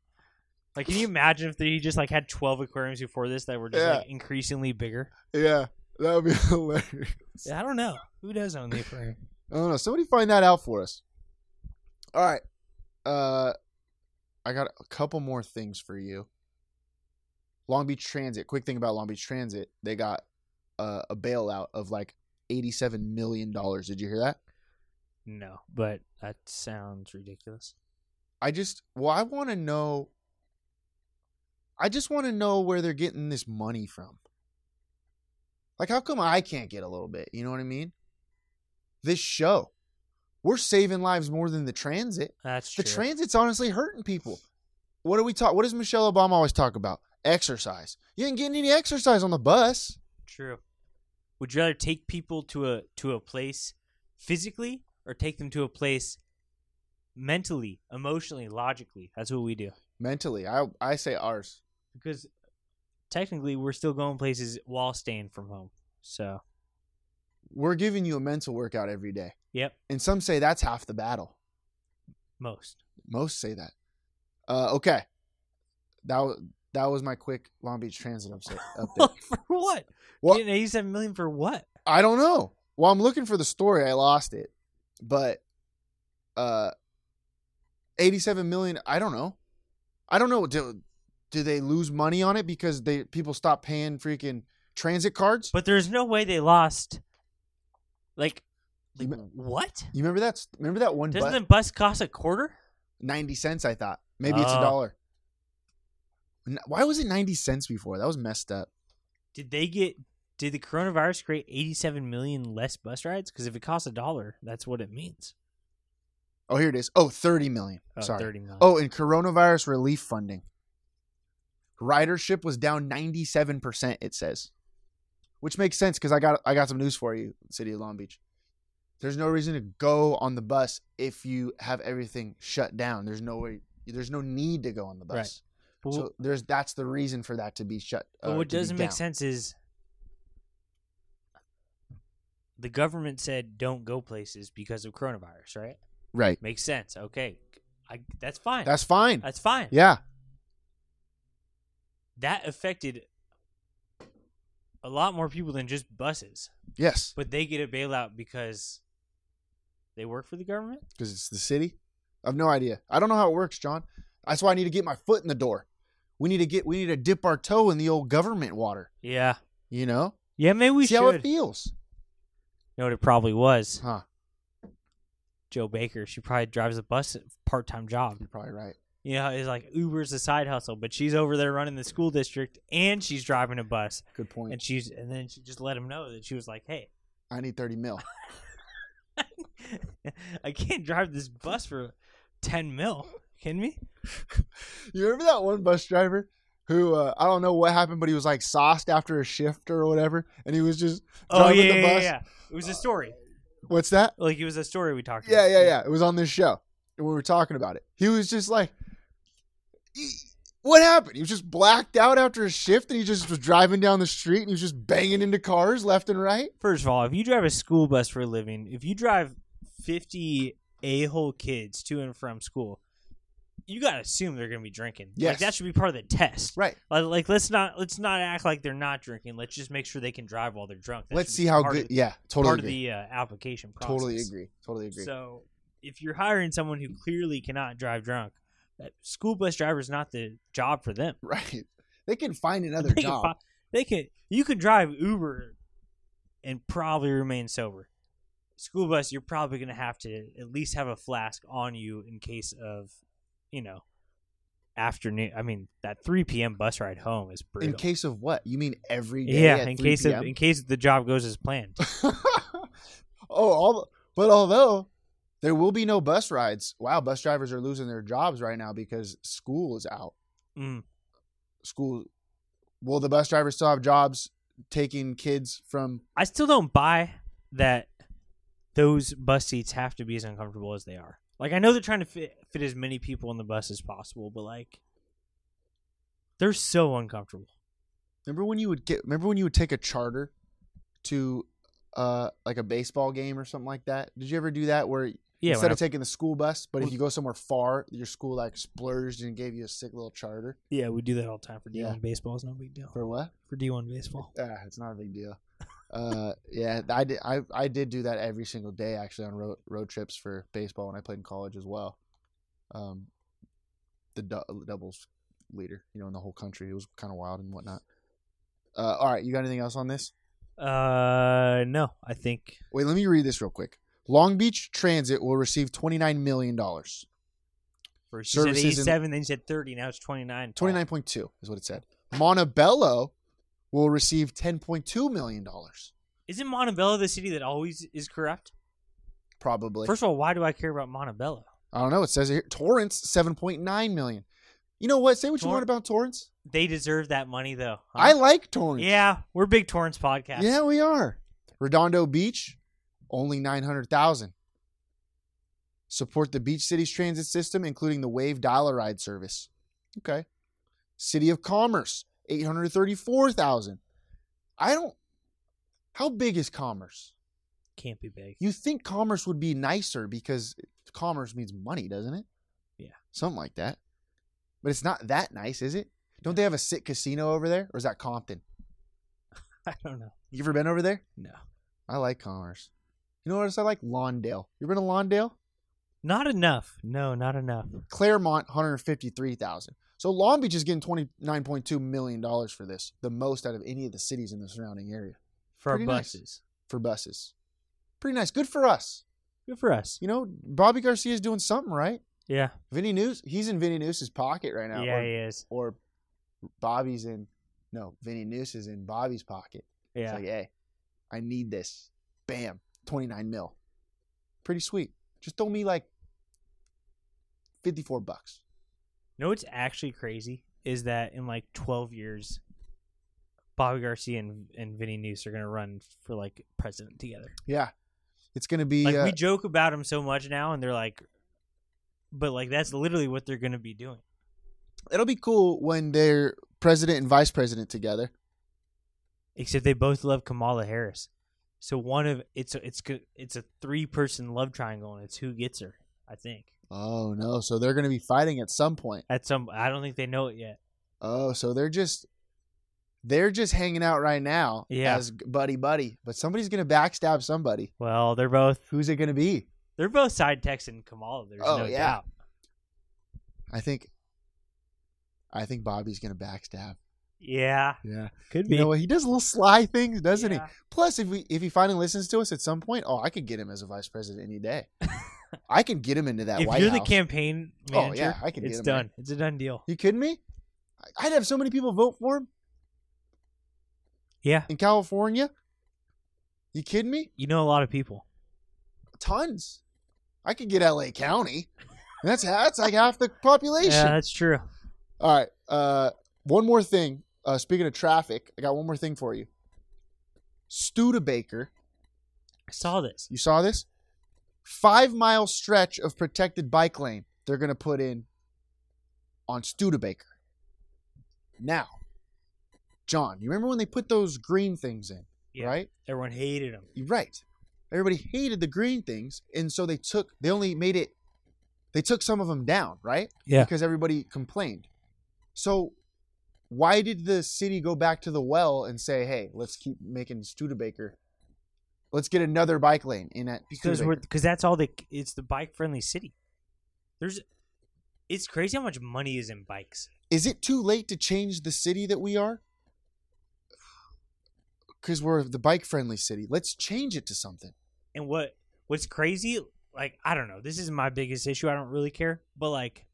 [SPEAKER 2] Like, can you imagine if he just like had twelve aquariums before this that were just like increasingly bigger?
[SPEAKER 1] yeah, that would be hilarious.
[SPEAKER 2] I don't know. Who does own the aquarium?
[SPEAKER 1] I don't know. Somebody find that out for us. All right. Uh I got a couple more things for you. Long Beach Transit. Quick thing about Long Beach Transit. They got uh, a bailout of like $87 million. Did you hear that?
[SPEAKER 2] No, but that sounds ridiculous.
[SPEAKER 1] I just, well, I want to know. I just want to know where they're getting this money from. Like, how come I can't get a little bit? You know what I mean? This show, we're saving lives more than the transit.
[SPEAKER 2] That's
[SPEAKER 1] The
[SPEAKER 2] true.
[SPEAKER 1] transit's honestly hurting people. What do we talk? What does Michelle Obama always talk about? Exercise. You ain't getting any exercise on the bus.
[SPEAKER 2] True. Would you rather take people to a to a place physically or take them to a place mentally, emotionally, logically? That's what we do.
[SPEAKER 1] Mentally, I I say ours.
[SPEAKER 2] Because technically we're still going places while staying from home. So
[SPEAKER 1] We're giving you a mental workout every day,
[SPEAKER 2] Yep.
[SPEAKER 1] and some say that's half the battle.
[SPEAKER 2] Most.
[SPEAKER 1] Most say that. Uh, okay, that was that was my quick Long Beach Transit upset update.
[SPEAKER 2] for what?
[SPEAKER 1] What-
[SPEAKER 2] What? Getting 87 million for what?
[SPEAKER 1] I don't know. Well, I'm looking for the story. I lost it, but uh, 87 million. I don't know. I don't know. Do, do they lose money on it because they people stop paying freaking transit cards?
[SPEAKER 2] But there's no way they lost like,
[SPEAKER 1] You
[SPEAKER 2] like
[SPEAKER 1] me-
[SPEAKER 2] what?
[SPEAKER 1] You remember that? st- Remember that one?
[SPEAKER 2] Doesn't
[SPEAKER 1] But
[SPEAKER 2] the bus cost a quarter?
[SPEAKER 1] 90 cents. I thought maybe it's a
[SPEAKER 2] Oh.
[SPEAKER 1] dollar. N- Why was it 90 cents before? That was messed up.
[SPEAKER 2] Did they get? Did the coronavirus create 87 million less bus rides? Because if it costs a dollar, that's what it means.
[SPEAKER 1] Oh, here it is. Oh, 30 million.
[SPEAKER 2] Oh,
[SPEAKER 1] Sorry.
[SPEAKER 2] 30 million.
[SPEAKER 1] Oh, and coronavirus relief funding. Ridership was down 97%, it says. Which makes sense because I got I got some news for you, City of Long Beach. There's no reason to go on the bus if you have everything shut down. There's no way there's no need to go on the bus.
[SPEAKER 2] Right. But,
[SPEAKER 1] So there's that's the reason for that to be shut.
[SPEAKER 2] but
[SPEAKER 1] uh,
[SPEAKER 2] what
[SPEAKER 1] to be
[SPEAKER 2] doesn't make
[SPEAKER 1] down.
[SPEAKER 2] sense is the government said don't go places because of coronavirus, right?
[SPEAKER 1] Right.
[SPEAKER 2] Makes sense. Okay, I, that's fine.
[SPEAKER 1] That's fine.
[SPEAKER 2] that's fine.
[SPEAKER 1] yeah.
[SPEAKER 2] That affected a lot more people than just buses,
[SPEAKER 1] Yes.
[SPEAKER 2] but they get a bailout because they work for the government.
[SPEAKER 1] because it's the city. I've no idea. I don't know how it works, John. That's why I need to get my foot in the door. We need to get. We need to dip our toe in the old government water.
[SPEAKER 2] Yeah.
[SPEAKER 1] You know,
[SPEAKER 2] Yeah, maybe we
[SPEAKER 1] see
[SPEAKER 2] should.
[SPEAKER 1] how it feels,
[SPEAKER 2] You know what it probably was?
[SPEAKER 1] huh?
[SPEAKER 2] Joe Baker. She probably drives a bus part time job.
[SPEAKER 1] You're probably right.
[SPEAKER 2] You know, it's like Uber's a side hustle, but she's over there running the school district and she's driving a bus.
[SPEAKER 1] Good point.
[SPEAKER 2] And she's and then she just let him know that she was like, Hey,
[SPEAKER 1] I need thirty mil.
[SPEAKER 2] I can't drive this bus for ten mil. Kidding me?
[SPEAKER 1] you remember that one bus driver who uh, I don't know what happened, but he was like sauced after a shift or whatever, and he was just
[SPEAKER 2] Oh
[SPEAKER 1] driving
[SPEAKER 2] yeah,
[SPEAKER 1] the
[SPEAKER 2] yeah,
[SPEAKER 1] bus.
[SPEAKER 2] yeah, yeah. It was a story.
[SPEAKER 1] What's that?
[SPEAKER 2] Like it was a story we talked
[SPEAKER 1] Yeah,
[SPEAKER 2] about.
[SPEAKER 1] yeah, yeah. It was on this show, and we were talking about it. He was just like, "E- "What happened?" He was just blacked out after a shift, and he just was driving down the street, and he was just banging into cars left and right.
[SPEAKER 2] First of all, if you drive a school bus for a living, if you drive 50 a hole kids to and from school, you got to assume they're going to be drinking.
[SPEAKER 1] Yes.
[SPEAKER 2] Like, that should be part of the test.
[SPEAKER 1] Right.
[SPEAKER 2] Like, like, let's not let's not act like they're not drinking. Let's just make sure they can drive while they're drunk. That
[SPEAKER 1] Let's
[SPEAKER 2] should
[SPEAKER 1] see
[SPEAKER 2] be
[SPEAKER 1] how
[SPEAKER 2] part
[SPEAKER 1] good.
[SPEAKER 2] Of,
[SPEAKER 1] yeah, totally
[SPEAKER 2] part
[SPEAKER 1] agree.
[SPEAKER 2] of the uh, application process.
[SPEAKER 1] Totally agree. Totally agree.
[SPEAKER 2] So, if you're hiring someone who clearly cannot drive drunk, that school bus driver is not the job for them.
[SPEAKER 1] right. They can find another
[SPEAKER 2] They can
[SPEAKER 1] job.
[SPEAKER 2] fi- they can. You can drive Uber and probably remain sober. School bus, you're probably going to have to at least have a flask on you in case of, you know, afternoon. I mean, that 3 p.m. bus ride home is brutal.
[SPEAKER 1] in case of what? You mean every day?
[SPEAKER 2] yeah,
[SPEAKER 1] at
[SPEAKER 2] in
[SPEAKER 1] 3
[SPEAKER 2] case of
[SPEAKER 1] PM?
[SPEAKER 2] in case the job goes as planned.
[SPEAKER 1] oh, all, but although there will be no bus rides, wow, bus drivers are losing their jobs right now because school is out.
[SPEAKER 2] Mm.
[SPEAKER 1] School. Will the bus drivers still have jobs taking kids from?
[SPEAKER 2] I still don't buy that those bus seats have to be as uncomfortable as they are. Like I know they're trying to fit, fit as many people in the bus as possible, but like they're so uncomfortable.
[SPEAKER 1] Remember when you would get? Remember when you would take a charter to, uh, like a baseball game or something like that? Did you ever do that where
[SPEAKER 2] Yeah,
[SPEAKER 1] instead
[SPEAKER 2] when I-
[SPEAKER 1] of taking the school bus, but if
[SPEAKER 2] Well-
[SPEAKER 1] you go somewhere far, your school like splurged and gave you a sick little charter
[SPEAKER 2] Yeah, we do that all the time for D1
[SPEAKER 1] Yeah.
[SPEAKER 2] baseball. It's no big deal. For,
[SPEAKER 1] for what?
[SPEAKER 2] D1 baseball.
[SPEAKER 1] Ah, it's not a big deal. Uh, yeah, I did. I, I did do that every single day actually on road road trips for baseball when I played in college as well. Um, the dou- doubles leader, you know, in the whole country, it was kind of wild and whatnot. Uh, all right, you got anything else on this?
[SPEAKER 2] Uh, no, I think
[SPEAKER 1] Wait, let me read this real quick. Long Beach Transit will receive twenty nine million dollars.
[SPEAKER 2] first you said
[SPEAKER 1] Services in-
[SPEAKER 2] 87, then you said 30, now it's 29. Paul.
[SPEAKER 1] Twenty nine point two is what it said. Montebello will receive $10.2 million,
[SPEAKER 2] Isn't Montebello the city that always is corrupt?
[SPEAKER 1] probably.
[SPEAKER 2] First of all, why do I care about Montebello?
[SPEAKER 1] I don't know. It says it here Torrance, $7.9 million. You know what? Say what you
[SPEAKER 2] Tor-
[SPEAKER 1] want about Torrance.
[SPEAKER 2] They deserve that money though. huh?
[SPEAKER 1] I like Torrance.
[SPEAKER 2] Yeah, we're big Torrance podcast.
[SPEAKER 1] Yeah, we are. Redondo Beach, only 900,000. Support the Beach City's transit system, including the Wave Dollar Ride service. Okay. City of Commerce, 834,000. I don't. How big is Commerce?
[SPEAKER 2] Can't be big.
[SPEAKER 1] You think Commerce would be nicer because Commerce means money, doesn't it?
[SPEAKER 2] Yeah.
[SPEAKER 1] Something like that. But it's not that nice, is it? Don't they have a sick casino over there? Or is that Compton?
[SPEAKER 2] I don't know.
[SPEAKER 1] You ever been over there?
[SPEAKER 2] No.
[SPEAKER 1] I like Commerce. You know what else I like? Lawndale. You ever been to Lawndale?
[SPEAKER 2] Not enough. No, not enough.
[SPEAKER 1] Claremont, 153,000. So Long Beach is getting $29.2 million for this, the most out of any of the cities in the surrounding area
[SPEAKER 2] For our
[SPEAKER 1] Pretty nice.
[SPEAKER 2] buses.
[SPEAKER 1] for buses. Pretty nice. Good for us.
[SPEAKER 2] Good for us.
[SPEAKER 1] You know, Bobby Garcia's doing something, right?
[SPEAKER 2] Yeah.
[SPEAKER 1] Vinny News, he's in Vinny Noose's pocket right now.
[SPEAKER 2] yeah,
[SPEAKER 1] or,
[SPEAKER 2] he is.
[SPEAKER 1] or Bobby's in, no, Vinny News is in Bobby's pocket.
[SPEAKER 2] Yeah.
[SPEAKER 1] It's like, hey, I need this. Bam, 29 mil. Pretty sweet. Just throw me like 54 bucks.
[SPEAKER 2] No, what's actually crazy is that in like 12 years, Bobby Garcia and, and Vinny News are going to run for like president together.
[SPEAKER 1] Yeah. It's going to be.
[SPEAKER 2] Like,
[SPEAKER 1] uh,
[SPEAKER 2] we joke about him so much now, and they're like, but like, that's literally what they're going to be doing.
[SPEAKER 1] it'll be cool when they're president and vice president together.
[SPEAKER 2] Except they both love Kamala Harris. So one of it's a, it's good it's a three person love triangle and it's who gets her I think
[SPEAKER 1] Oh, no. So they're going to be fighting at some point.
[SPEAKER 2] at some I don't think they know it yet
[SPEAKER 1] Oh, so they're just. They're just hanging out right now
[SPEAKER 2] Yeah.
[SPEAKER 1] as buddy buddy, but somebody's gonna backstab somebody.
[SPEAKER 2] well they're both
[SPEAKER 1] Who's it gonna be?
[SPEAKER 2] they're both side texting Kamala there's
[SPEAKER 1] Oh,
[SPEAKER 2] no
[SPEAKER 1] yeah.
[SPEAKER 2] doubt
[SPEAKER 1] I think. I think Bobby's gonna backstab.
[SPEAKER 2] yeah
[SPEAKER 1] Yeah,
[SPEAKER 2] could be
[SPEAKER 1] You know what? He does little sly things, doesn't
[SPEAKER 2] Yeah.
[SPEAKER 1] he? Plus, if we if he finally listens to us at some point, oh, I could get him as a vice president any day. I could get him into that
[SPEAKER 2] if
[SPEAKER 1] White
[SPEAKER 2] you're
[SPEAKER 1] House.
[SPEAKER 2] the campaign
[SPEAKER 1] Oh,
[SPEAKER 2] manager,
[SPEAKER 1] yeah, I can get
[SPEAKER 2] it's
[SPEAKER 1] him there.
[SPEAKER 2] done. It's a done deal.
[SPEAKER 1] you kidding me? I- I'd have so many people vote for him
[SPEAKER 2] Yeah,
[SPEAKER 1] in California. You kidding me?
[SPEAKER 2] you know a lot of people.
[SPEAKER 1] Tons. I could get L.A. County. That's that's like half the population.
[SPEAKER 2] Yeah, that's true.
[SPEAKER 1] All right. Uh, one more thing. Uh, speaking of traffic, I got one more thing for you. Studebaker
[SPEAKER 2] I saw this.
[SPEAKER 1] You saw this? Five mile stretch of protected bike lane they're going to put in on Studebaker. Now, John, you remember when they put those green things in,
[SPEAKER 2] Yeah.
[SPEAKER 1] right?
[SPEAKER 2] Everyone hated him.
[SPEAKER 1] You're right. Everybody hated the green things, and so they took, they only made it, they took some of them down, right?
[SPEAKER 2] Yeah.
[SPEAKER 1] Because everybody complained. So, why did the city go back to the well and say, hey, let's keep making Studebaker? Let's get another bike lane in at
[SPEAKER 2] because
[SPEAKER 1] Studebaker."
[SPEAKER 2] we're because that's all the it's the bike friendly city. There's, it's crazy how much money is in bikes.
[SPEAKER 1] is it too late to change the city that we are? Because we're the bike friendly city. Let's change it to something.
[SPEAKER 2] And what what's crazy? Like I don't know. This is my biggest issue. I don't really care, but like,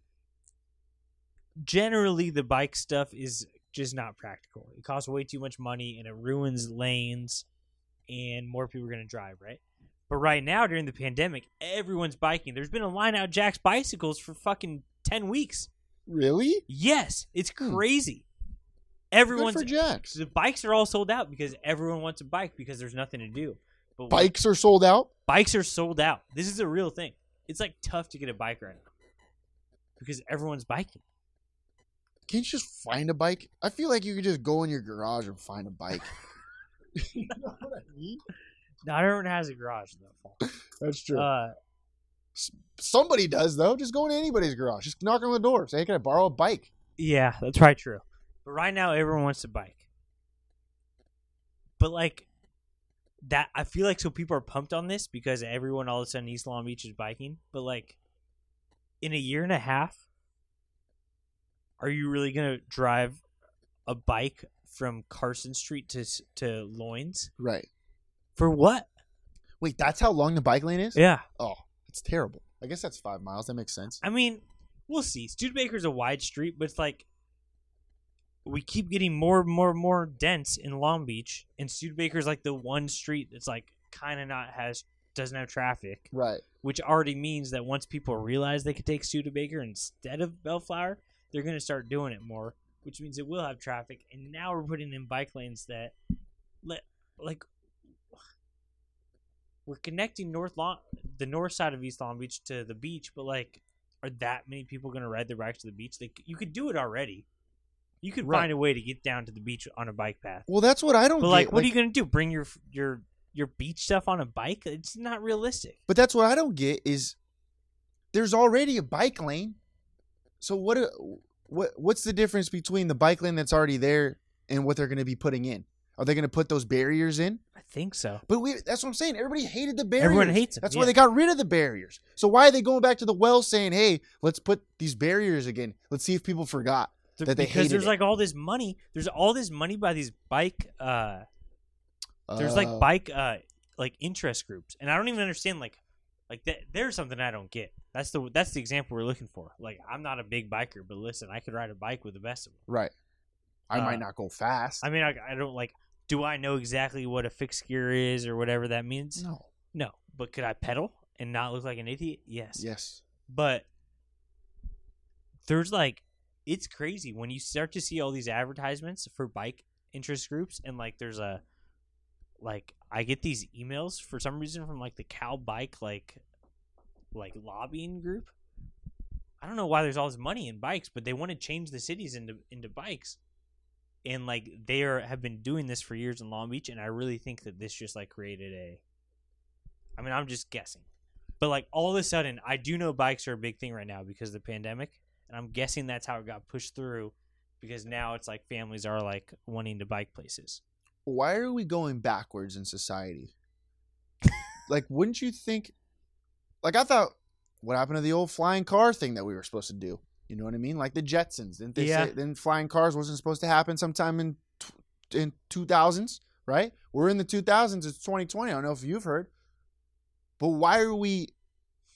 [SPEAKER 2] generally the bike stuff is just not practical. It costs way too much money and it ruins lanes, and more people are gonna drive right. But right now during the pandemic, everyone's biking. There's been a line out Jack's bicycles for fucking ten weeks.
[SPEAKER 1] Really?
[SPEAKER 2] Yes, it's
[SPEAKER 1] Hmm.
[SPEAKER 2] crazy.
[SPEAKER 1] Good
[SPEAKER 2] Everyone's
[SPEAKER 1] for Jax.
[SPEAKER 2] the bikes are all sold out because everyone wants a bike because there's nothing to do. But when-
[SPEAKER 1] Bikes are sold out.
[SPEAKER 2] bikes are sold out. This is a real thing. It's like tough to get a bike right now because everyone's biking.
[SPEAKER 1] Can't you just find a bike? I feel like you could just go in your garage and find a bike.
[SPEAKER 2] Not everyone has a garage though.
[SPEAKER 1] That's true.
[SPEAKER 2] Uh,
[SPEAKER 1] Somebody does though. Just go into anybody's garage. Just knock on the door. Say, hey, can I borrow a bike?
[SPEAKER 2] yeah, that's probably true. But right now, everyone wants a bike. But like that, I feel like so people are pumped on this because everyone all of a sudden in East Long Beach is biking. But like in a year and a half, are you really gonna drive a bike from Carson Street to s- to Loins
[SPEAKER 1] Right.
[SPEAKER 2] for what?
[SPEAKER 1] Wait, that's how long the bike lane is?
[SPEAKER 2] Yeah,
[SPEAKER 1] Oh, it's terrible. I guess that's five miles. That makes sense.
[SPEAKER 2] I mean, we'll see. Studebaker's a wide street, but it's like we keep getting more and more and more dense in Long Beach, and Studebaker's like the one street that's like kind of not has doesn't have traffic,
[SPEAKER 1] Right.
[SPEAKER 2] which already means that once people realize they could take Studebaker instead of Bellflower, they're going to start doing it more, which means it will have traffic. And now we're putting in bike lanes that, let like, we're connecting North Long, the north side of East Long Beach to the beach, but like, are that many people going to ride their bikes to the beach? Like, you could do it already. You could
[SPEAKER 1] Right.
[SPEAKER 2] find a way to get down to the beach on a bike path.
[SPEAKER 1] Well, that's what I don't
[SPEAKER 2] But
[SPEAKER 1] get.
[SPEAKER 2] like, what are you going to do? Bring your your your beach stuff on a bike? It's not realistic.
[SPEAKER 1] But that's what I don't get is there's already a bike lane. So what uh, what what's the difference between the bike lane that's already there and what they're going to be putting in? Are they going to put those barriers in?
[SPEAKER 2] I think so.
[SPEAKER 1] But we that's what I'm saying. Everybody hated the barriers.
[SPEAKER 2] Everyone hates 'em,
[SPEAKER 1] That's
[SPEAKER 2] yeah.
[SPEAKER 1] why they got rid of the barriers. So why are they going back to the well saying, "Hey, let's put these barriers again. Let's see if people forgot."
[SPEAKER 2] Th-
[SPEAKER 1] that they
[SPEAKER 2] because
[SPEAKER 1] hated
[SPEAKER 2] there's
[SPEAKER 1] it.
[SPEAKER 2] like all this money. There's all this money by these bike. uh There's
[SPEAKER 1] Uh,
[SPEAKER 2] like bike uh like interest groups, and I don't even understand like like that. There's something I don't get. That's the that's the example we're looking for. Like I'm not a big biker, but listen, I could ride a bike with the best of them.
[SPEAKER 1] right. I
[SPEAKER 2] Uh,
[SPEAKER 1] might not go fast.
[SPEAKER 2] I mean, I, I don't like. Do I know exactly what a fixed gear is or whatever that means?
[SPEAKER 1] no.
[SPEAKER 2] No, but could I pedal and not look like an idiot? Yes.
[SPEAKER 1] Yes.
[SPEAKER 2] but there's like it's crazy when you start to see all these advertisements for bike interest groups and like there's a like I get these emails for some reason from like the cow bike like like lobbying group. I don't know why there's all this money in bikes, but they want to change the cities into into bikes. And like they are have been doing this for years in Long Beach and I really think that this just like created a I mean, I'm just guessing. But like all of a sudden, I do know bikes are a big thing right now because of the pandemic, and I'm guessing that's how it got pushed through because now it's like families are like wanting to bike places.
[SPEAKER 1] why are we going backwards in society? like, wouldn't you think? Like, I thought, what happened to the old flying car thing that we were supposed to do? You know what I mean? Like the Jetsons. Didn't they
[SPEAKER 2] Yeah.
[SPEAKER 1] say then flying cars wasn't supposed to happen sometime in tw- in two thousands? Right? We're in the two thousands. It's twenty twenty. I don't know if you've heard, but why are we?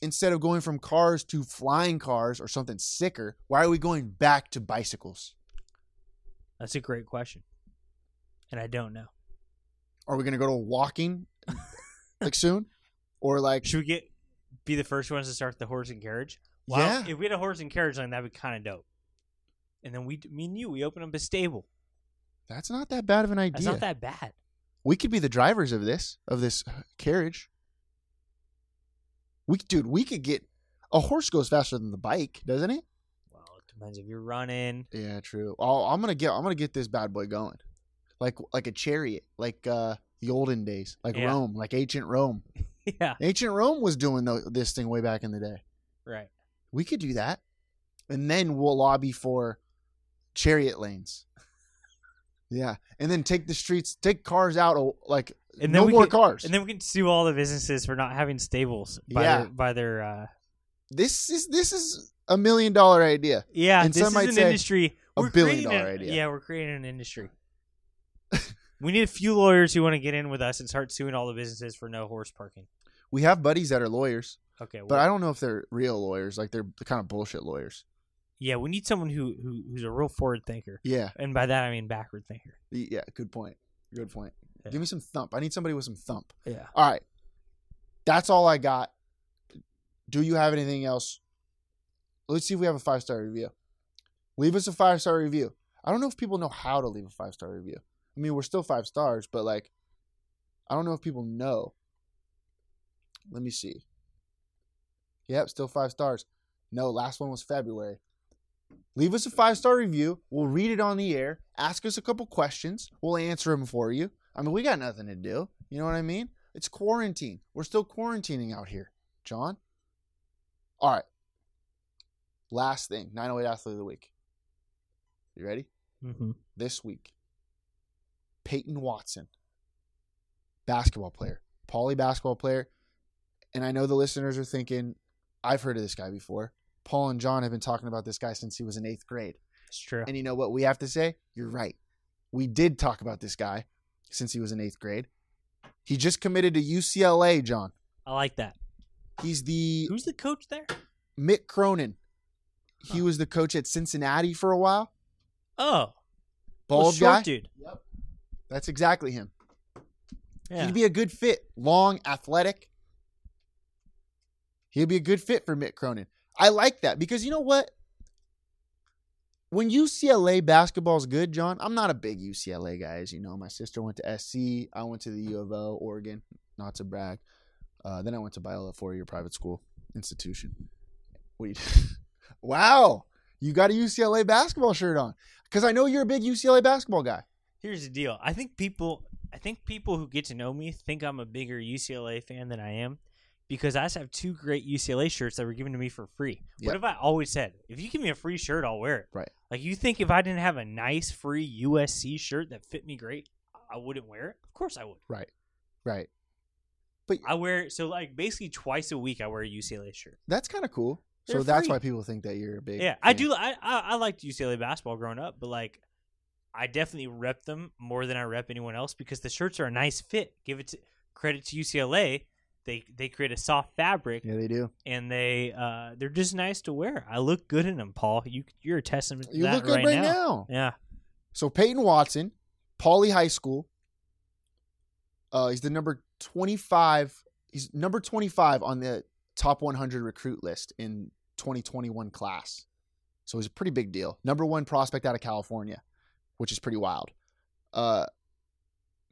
[SPEAKER 1] Instead of going from cars to flying cars or something sicker, why are we going back to bicycles?
[SPEAKER 2] That's a great question, and I don't know.
[SPEAKER 1] Are we going to go to walking like soon, or like
[SPEAKER 2] Should we get be the first ones to start the horse and carriage? Wow,
[SPEAKER 1] Yeah.
[SPEAKER 2] if we had a horse and carriage line, that'd be kind of dope. And then we, me and you, we open up a stable.
[SPEAKER 1] That's not that bad of an
[SPEAKER 2] That's
[SPEAKER 1] idea.
[SPEAKER 2] not that bad.
[SPEAKER 1] we could be the drivers of this of this uh, carriage. We dude, we could get a horse goes faster than the bike, doesn't it?
[SPEAKER 2] Well, it depends if you're running.
[SPEAKER 1] Yeah, true. Oh, I'm gonna get I'm gonna get this bad boy going, like like a chariot, like uh the olden days, like
[SPEAKER 2] Yeah.
[SPEAKER 1] Rome, like ancient Rome.
[SPEAKER 2] yeah,
[SPEAKER 1] Ancient Rome was doing tho- this thing way back in the day.
[SPEAKER 2] right.
[SPEAKER 1] We could do that, and then we'll lobby for chariot lanes. Yeah, and then take the streets, take cars out, oh, like
[SPEAKER 2] And
[SPEAKER 1] no
[SPEAKER 2] we
[SPEAKER 1] more
[SPEAKER 2] could-
[SPEAKER 1] cars.
[SPEAKER 2] And then we can sue all the businesses for not having stables by
[SPEAKER 1] Yeah.
[SPEAKER 2] their, by their uh,
[SPEAKER 1] this is this is a million dollar idea.
[SPEAKER 2] Yeah,
[SPEAKER 1] And
[SPEAKER 2] this
[SPEAKER 1] some
[SPEAKER 2] is
[SPEAKER 1] might
[SPEAKER 2] an
[SPEAKER 1] say
[SPEAKER 2] industry.
[SPEAKER 1] a
[SPEAKER 2] we're
[SPEAKER 1] billion
[SPEAKER 2] creating
[SPEAKER 1] dollar
[SPEAKER 2] a-
[SPEAKER 1] idea.
[SPEAKER 2] Yeah, we're creating an industry. we need a few lawyers who want to get in with us and start suing all the businesses for no horse parking.
[SPEAKER 1] We have buddies that are lawyers,
[SPEAKER 2] Okay,
[SPEAKER 1] but
[SPEAKER 2] well,
[SPEAKER 1] I don't know if they're real lawyers. Like they're the kind of bullshit lawyers.
[SPEAKER 2] yeah, we need someone who, who who's a real forward thinker,
[SPEAKER 1] Yeah,
[SPEAKER 2] and by that I mean backward thinker.
[SPEAKER 1] Y- yeah. Good point. Good point.
[SPEAKER 2] Yeah.
[SPEAKER 1] Give me some thump. I need somebody with some thump.
[SPEAKER 2] Yeah,
[SPEAKER 1] All right, that's all I got. Do you have anything else? Let's see if we have a five star review. Leave us a five star review. I don't know if people know how to leave a five star review. I mean, we're still five stars, but like, I don't know if people know. Let me see. Yep, still five stars. No, last one was February. Leave us a five star review. We'll read it on the air. Ask us a couple questions. We'll answer them for you. I mean, we got nothing to do. You know what I mean? It's quarantine. We're still quarantining out here, John. All right. Last thing 908 Athlete of the Week. You ready?
[SPEAKER 2] mm-hmm.
[SPEAKER 1] this week. Peyton Watson, basketball player, Pauly basketball player. And I know the listeners are thinking, I've heard of this guy before. Paul and John have been talking about this guy since he was in eighth grade.
[SPEAKER 2] it's true.
[SPEAKER 1] And you know what we have to say? You're right. We did talk about this guy since he was in eighth grade. He just committed to UCLA, John.
[SPEAKER 2] I like that.
[SPEAKER 1] He's the
[SPEAKER 2] Who's the coach there?
[SPEAKER 1] Mick Cronin. He was the coach at Cincinnati for a while.
[SPEAKER 2] Oh, Little
[SPEAKER 1] bald
[SPEAKER 2] short
[SPEAKER 1] guy.
[SPEAKER 2] dude.
[SPEAKER 1] That's exactly him.
[SPEAKER 2] Yeah.
[SPEAKER 1] He'd be a good fit, long, athletic. He'd be a good fit for Mick Cronin. I like that because you know what? When UCLA basketball is good, John, I'm not a big UCLA guy, as you know. My sister went to SC. I went to the U of O, Oregon, not to brag. Uh, then I went to Biola, four year private school institution. Wait. wow. You got a UCLA basketball shirt on because I know you're a big UCLA basketball guy.
[SPEAKER 2] Here's the deal. I think people I think people who get to know me think I'm a bigger UCLA fan than I am because I just have two great UCLA shirts that were given to me for free.
[SPEAKER 1] Yep.
[SPEAKER 2] What if I always said, if you give me a free shirt, I'll wear it.
[SPEAKER 1] Right.
[SPEAKER 2] Like you think if I didn't have a nice free USC shirt that fit me great, I wouldn't wear it? Of course I would.
[SPEAKER 1] Right. Right.
[SPEAKER 2] I wear it so like basically twice a week I wear a UCLA shirt.
[SPEAKER 1] That's kind of cool. so
[SPEAKER 2] They're
[SPEAKER 1] that's
[SPEAKER 2] free.
[SPEAKER 1] why people think that you're a big.
[SPEAKER 2] Yeah, I
[SPEAKER 1] fan.
[SPEAKER 2] do. I, I I liked UCLA basketball growing up, but like, I definitely rep them more than I rep anyone else because the shirts are a nice fit. Give it to, credit to UCLA. They they create a soft fabric
[SPEAKER 1] Yeah, they do.
[SPEAKER 2] and they uh they're just nice to wear. I look good in them, Paul. You you're a testament. To
[SPEAKER 1] You
[SPEAKER 2] that
[SPEAKER 1] look good right, now.
[SPEAKER 2] Yeah,
[SPEAKER 1] So Peyton Watson, Pauley High School. Uh, he's the number twenty-five. He's number twenty-five on the top one hundred recruit list in 2021 class. So he's a pretty big deal. Number one prospect out of California, which is pretty wild. Uh,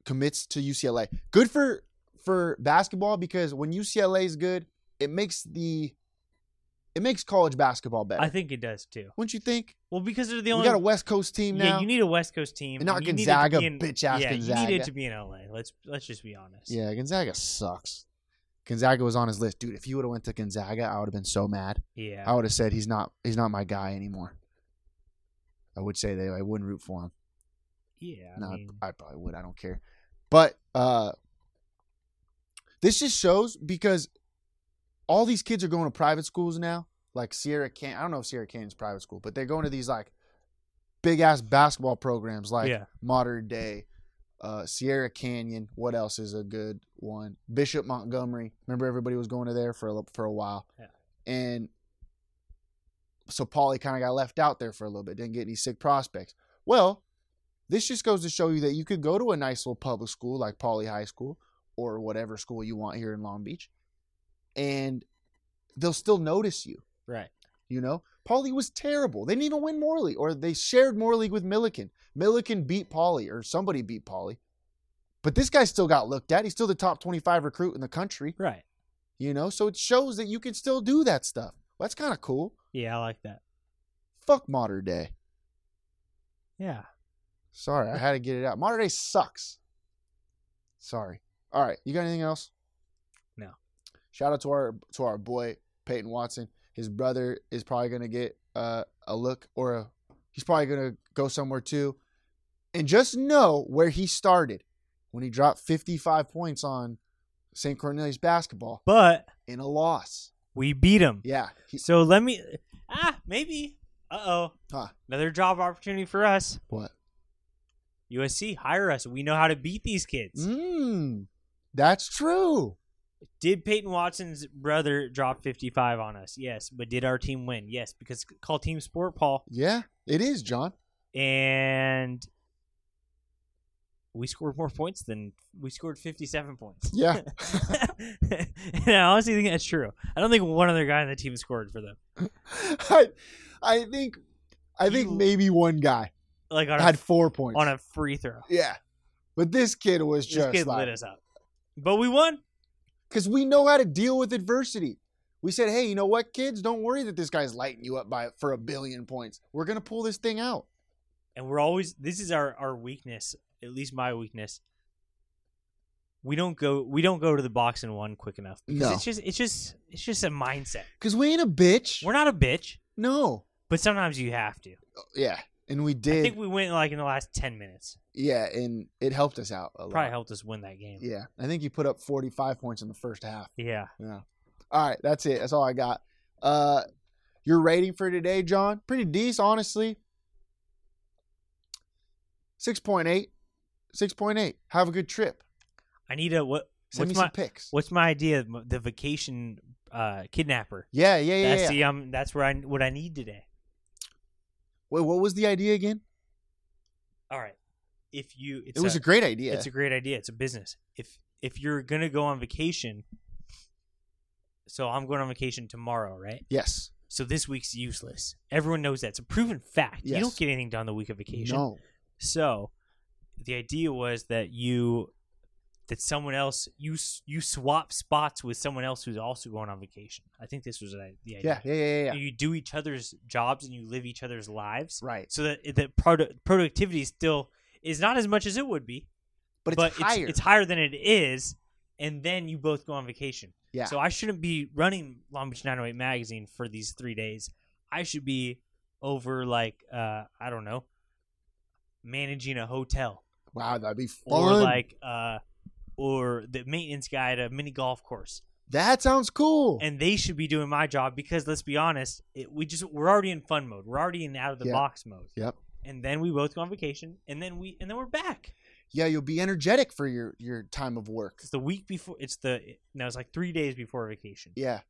[SPEAKER 1] commits to UCLA. Good for for basketball because when UCLA is good, it makes the it makes college basketball better.
[SPEAKER 2] I think it does too.
[SPEAKER 1] Wouldn't you think?
[SPEAKER 2] Well, because they're the
[SPEAKER 1] We
[SPEAKER 2] only
[SPEAKER 1] got a West Coast team now.
[SPEAKER 2] Yeah, you need a West Coast team.
[SPEAKER 1] And not
[SPEAKER 2] you need it to
[SPEAKER 1] Gonzaga,
[SPEAKER 2] be in-
[SPEAKER 1] bitch-ass
[SPEAKER 2] yeah, You need
[SPEAKER 1] Gonzaga.
[SPEAKER 2] it to be in LA. Let's let's just be honest.
[SPEAKER 1] Yeah, Gonzaga sucks. Gonzaga was on his list, dude. If he would have went to Gonzaga, I would have been so mad.
[SPEAKER 2] yeah.
[SPEAKER 1] I would have said he's not he's not my guy anymore. I would say that I wouldn't root for him.
[SPEAKER 2] yeah I
[SPEAKER 1] no, I-
[SPEAKER 2] mean,
[SPEAKER 1] I probably would. I don't care. But uh, this just shows because all these kids are going to private schools now. Like Sierra Can, I don't know if Sierra Canyon's private school, but they're going to these like big ass basketball programs like
[SPEAKER 2] Yeah.
[SPEAKER 1] Modern Day, uh, Sierra Canyon. What else is a good one? Bishop Montgomery. Remember everybody was going to there for a, for a while.
[SPEAKER 2] Yeah.
[SPEAKER 1] And so Paulie kind of got left out there for a little bit. Didn't get any sick prospects. Well, this just goes to show you that you could go to a nice little public school like Pauley High School or whatever school you want here in Long Beach, and they'll still notice you.
[SPEAKER 2] right.
[SPEAKER 1] You know, Pauley was terrible. They didn't even win Morley, or they shared Morley with Milliken. Milliken beat Pauley, or somebody beat Pauley. But this guy still got looked at. He's still the top 25 recruit in the country,
[SPEAKER 2] Right.
[SPEAKER 1] you know? So it shows that you can still do that stuff. That's kind of cool.
[SPEAKER 2] Yeah, I like that.
[SPEAKER 1] Fuck modern day.
[SPEAKER 2] Yeah.
[SPEAKER 1] Sorry, I had to get it out. Modern day sucks. Sorry. All right, you got anything else?
[SPEAKER 2] No.
[SPEAKER 1] Shout out to our to our boy Peyton Watson. His brother is probably gonna get uh, a look or a. He's probably gonna go somewhere too, and just know where he started when he dropped 55 points on St. Cornelius basketball
[SPEAKER 2] But
[SPEAKER 1] in a loss.
[SPEAKER 2] we beat them.
[SPEAKER 1] Yeah, he,
[SPEAKER 2] So let me. Ah, maybe. Uh oh.
[SPEAKER 1] Huh.
[SPEAKER 2] Another job opportunity for us.
[SPEAKER 1] What?
[SPEAKER 2] USC, hire us. We know how to beat these kids.
[SPEAKER 1] mm, that's true.
[SPEAKER 2] Did Peyton Watson's brother drop 55 on us? Yes. But did our team win? Yes. Because it's called team sport, Paul.
[SPEAKER 1] Yeah, it is, John.
[SPEAKER 2] And we scored more points than we scored 57 points.
[SPEAKER 1] Yeah.
[SPEAKER 2] and I honestly think that's true. I don't think one other guy on the team scored for them.
[SPEAKER 1] I, I think, I think
[SPEAKER 2] You-
[SPEAKER 1] maybe one guy
[SPEAKER 2] Like on a,
[SPEAKER 1] had four points.
[SPEAKER 2] on a free throw.
[SPEAKER 1] yeah, but this kid was
[SPEAKER 2] This
[SPEAKER 1] just
[SPEAKER 2] kid lit
[SPEAKER 1] like
[SPEAKER 2] us up. But we won.
[SPEAKER 1] because we know how to deal with adversity. We said, hey, you know what, kids, don't worry that this guy's lighting you up by for a billion points. We're gonna pull this thing out.
[SPEAKER 2] and we're always this is our our weakness at least my weakness we don't go we don't go to the box and one quick enough because
[SPEAKER 1] No.
[SPEAKER 2] it's just it's just it's just a mindset
[SPEAKER 1] Cause we ain't a bitch.
[SPEAKER 2] we're not a bitch
[SPEAKER 1] no.
[SPEAKER 2] but sometimes you have to
[SPEAKER 1] Yeah, and we
[SPEAKER 2] i
[SPEAKER 1] did.
[SPEAKER 2] think we went like in the last 10 minutes
[SPEAKER 1] yeah, and it helped us out a lot.
[SPEAKER 2] probably helped us win that game
[SPEAKER 1] Yeah, I think you put up forty-five points in the first half.
[SPEAKER 2] yeah
[SPEAKER 1] Yeah. All right, that's it. That's all I got. Uh your rating for today, John? Pretty decent, honestly. 6.8. 6.8. Have a good trip.
[SPEAKER 2] i need a what
[SPEAKER 1] Send
[SPEAKER 2] what's
[SPEAKER 1] me
[SPEAKER 2] my
[SPEAKER 1] some pics.
[SPEAKER 2] what's my idea the vacation uh kidnapper
[SPEAKER 1] Yeah, yeah, yeah.
[SPEAKER 2] that's
[SPEAKER 1] yeah.
[SPEAKER 2] the um that's where i what i need today
[SPEAKER 1] Wait, what was the idea again?
[SPEAKER 2] all right, if you, it's
[SPEAKER 1] It was a great idea.
[SPEAKER 2] It's a great idea. It's a business. If if you're gonna go on vacation, so I'm going on vacation tomorrow, right?
[SPEAKER 1] yes.
[SPEAKER 2] So this week's useless. Everyone knows that. It's a proven fact. You don't
[SPEAKER 1] Yes.
[SPEAKER 2] get anything done the week of vacation.
[SPEAKER 1] No.
[SPEAKER 2] So the idea was that you that someone else you s- you swap spots with someone else who's also going on vacation. I think this was the the
[SPEAKER 1] Yeah.
[SPEAKER 2] idea.
[SPEAKER 1] Yeah. Yeah. Yeah. yeah.
[SPEAKER 2] You do each other's jobs and you live each other's lives.
[SPEAKER 1] Right.
[SPEAKER 2] So that the produ- productivity still is not as much as it would be,
[SPEAKER 1] But it's higher.
[SPEAKER 2] It's, higher than it is, and then you both go on vacation.
[SPEAKER 1] Yeah.
[SPEAKER 2] So I shouldn't be running Long Beach 908 magazine for these three days. I should be over like uh I don't know, managing a hotel
[SPEAKER 1] wow, that'd be fun.
[SPEAKER 2] or like uh or the maintenance guy at a mini golf course,
[SPEAKER 1] that sounds cool.
[SPEAKER 2] and they should be doing my job because let's be honest, it, we just we're already in fun mode. We're already in out of the
[SPEAKER 1] Yeah.
[SPEAKER 2] box mode.
[SPEAKER 1] Yep.
[SPEAKER 2] And then we both go on vacation, and then we and then we're back.
[SPEAKER 1] yeah, you'll be energetic for your your time of work.
[SPEAKER 2] It's the week before. It's the no. It's like three days before vacation.
[SPEAKER 1] Yeah.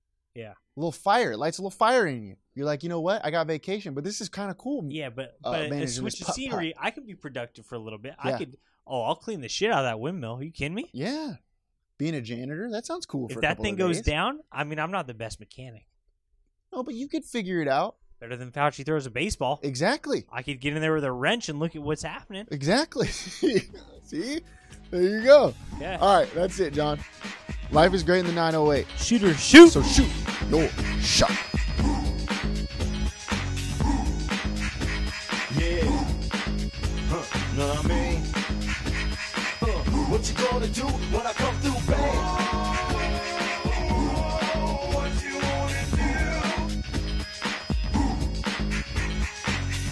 [SPEAKER 1] A
[SPEAKER 2] Yeah.
[SPEAKER 1] little fire. It lights a little fire in you. You're like, you know what? I got vacation, but this is kind of cool.
[SPEAKER 2] Yeah, but
[SPEAKER 1] uh,
[SPEAKER 2] but a
[SPEAKER 1] managing
[SPEAKER 2] switch
[SPEAKER 1] this
[SPEAKER 2] of
[SPEAKER 1] putt-putt.
[SPEAKER 2] scenery, I could be productive for a little bit. I
[SPEAKER 1] Yeah.
[SPEAKER 2] could. Oh, I'll clean the shit out of that windmill. Are you kidding me?
[SPEAKER 1] Yeah. Being a janitor, that sounds cool. for
[SPEAKER 2] if
[SPEAKER 1] a
[SPEAKER 2] that
[SPEAKER 1] couple
[SPEAKER 2] thing
[SPEAKER 1] of
[SPEAKER 2] goes
[SPEAKER 1] days.
[SPEAKER 2] down, I mean, I'm not the best mechanic.
[SPEAKER 1] no, but you could figure it out.
[SPEAKER 2] Better than Fauci throws a baseball.
[SPEAKER 1] Exactly.
[SPEAKER 2] I could get in there with a wrench and look at what's happening.
[SPEAKER 1] Exactly. See, there you go.
[SPEAKER 2] Yeah.
[SPEAKER 1] All right, that's it, John. Life is great in the 908.
[SPEAKER 2] shoot or shoot.
[SPEAKER 1] So shoot your shot.
[SPEAKER 6] Yeah. Huh. Know what I mean? Uh, what you gonna do when I come through bang?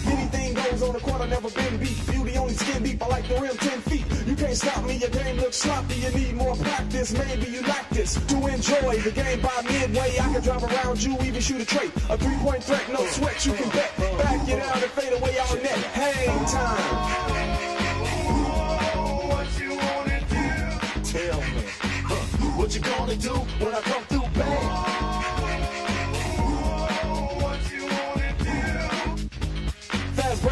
[SPEAKER 6] Anything goes on the court, I never been beat. Beauty only skin deep, I like the rim 10 feet. You can't stop me, your game looks sloppy. You need more practice, maybe you like this. To enjoy the game by midway, I can drive around you, even shoot a trait. A three point threat, no sweat, you can bet. Back it out and fade away all net. Hang time. Tell me, huh, what you gonna do when I come through bang? Fast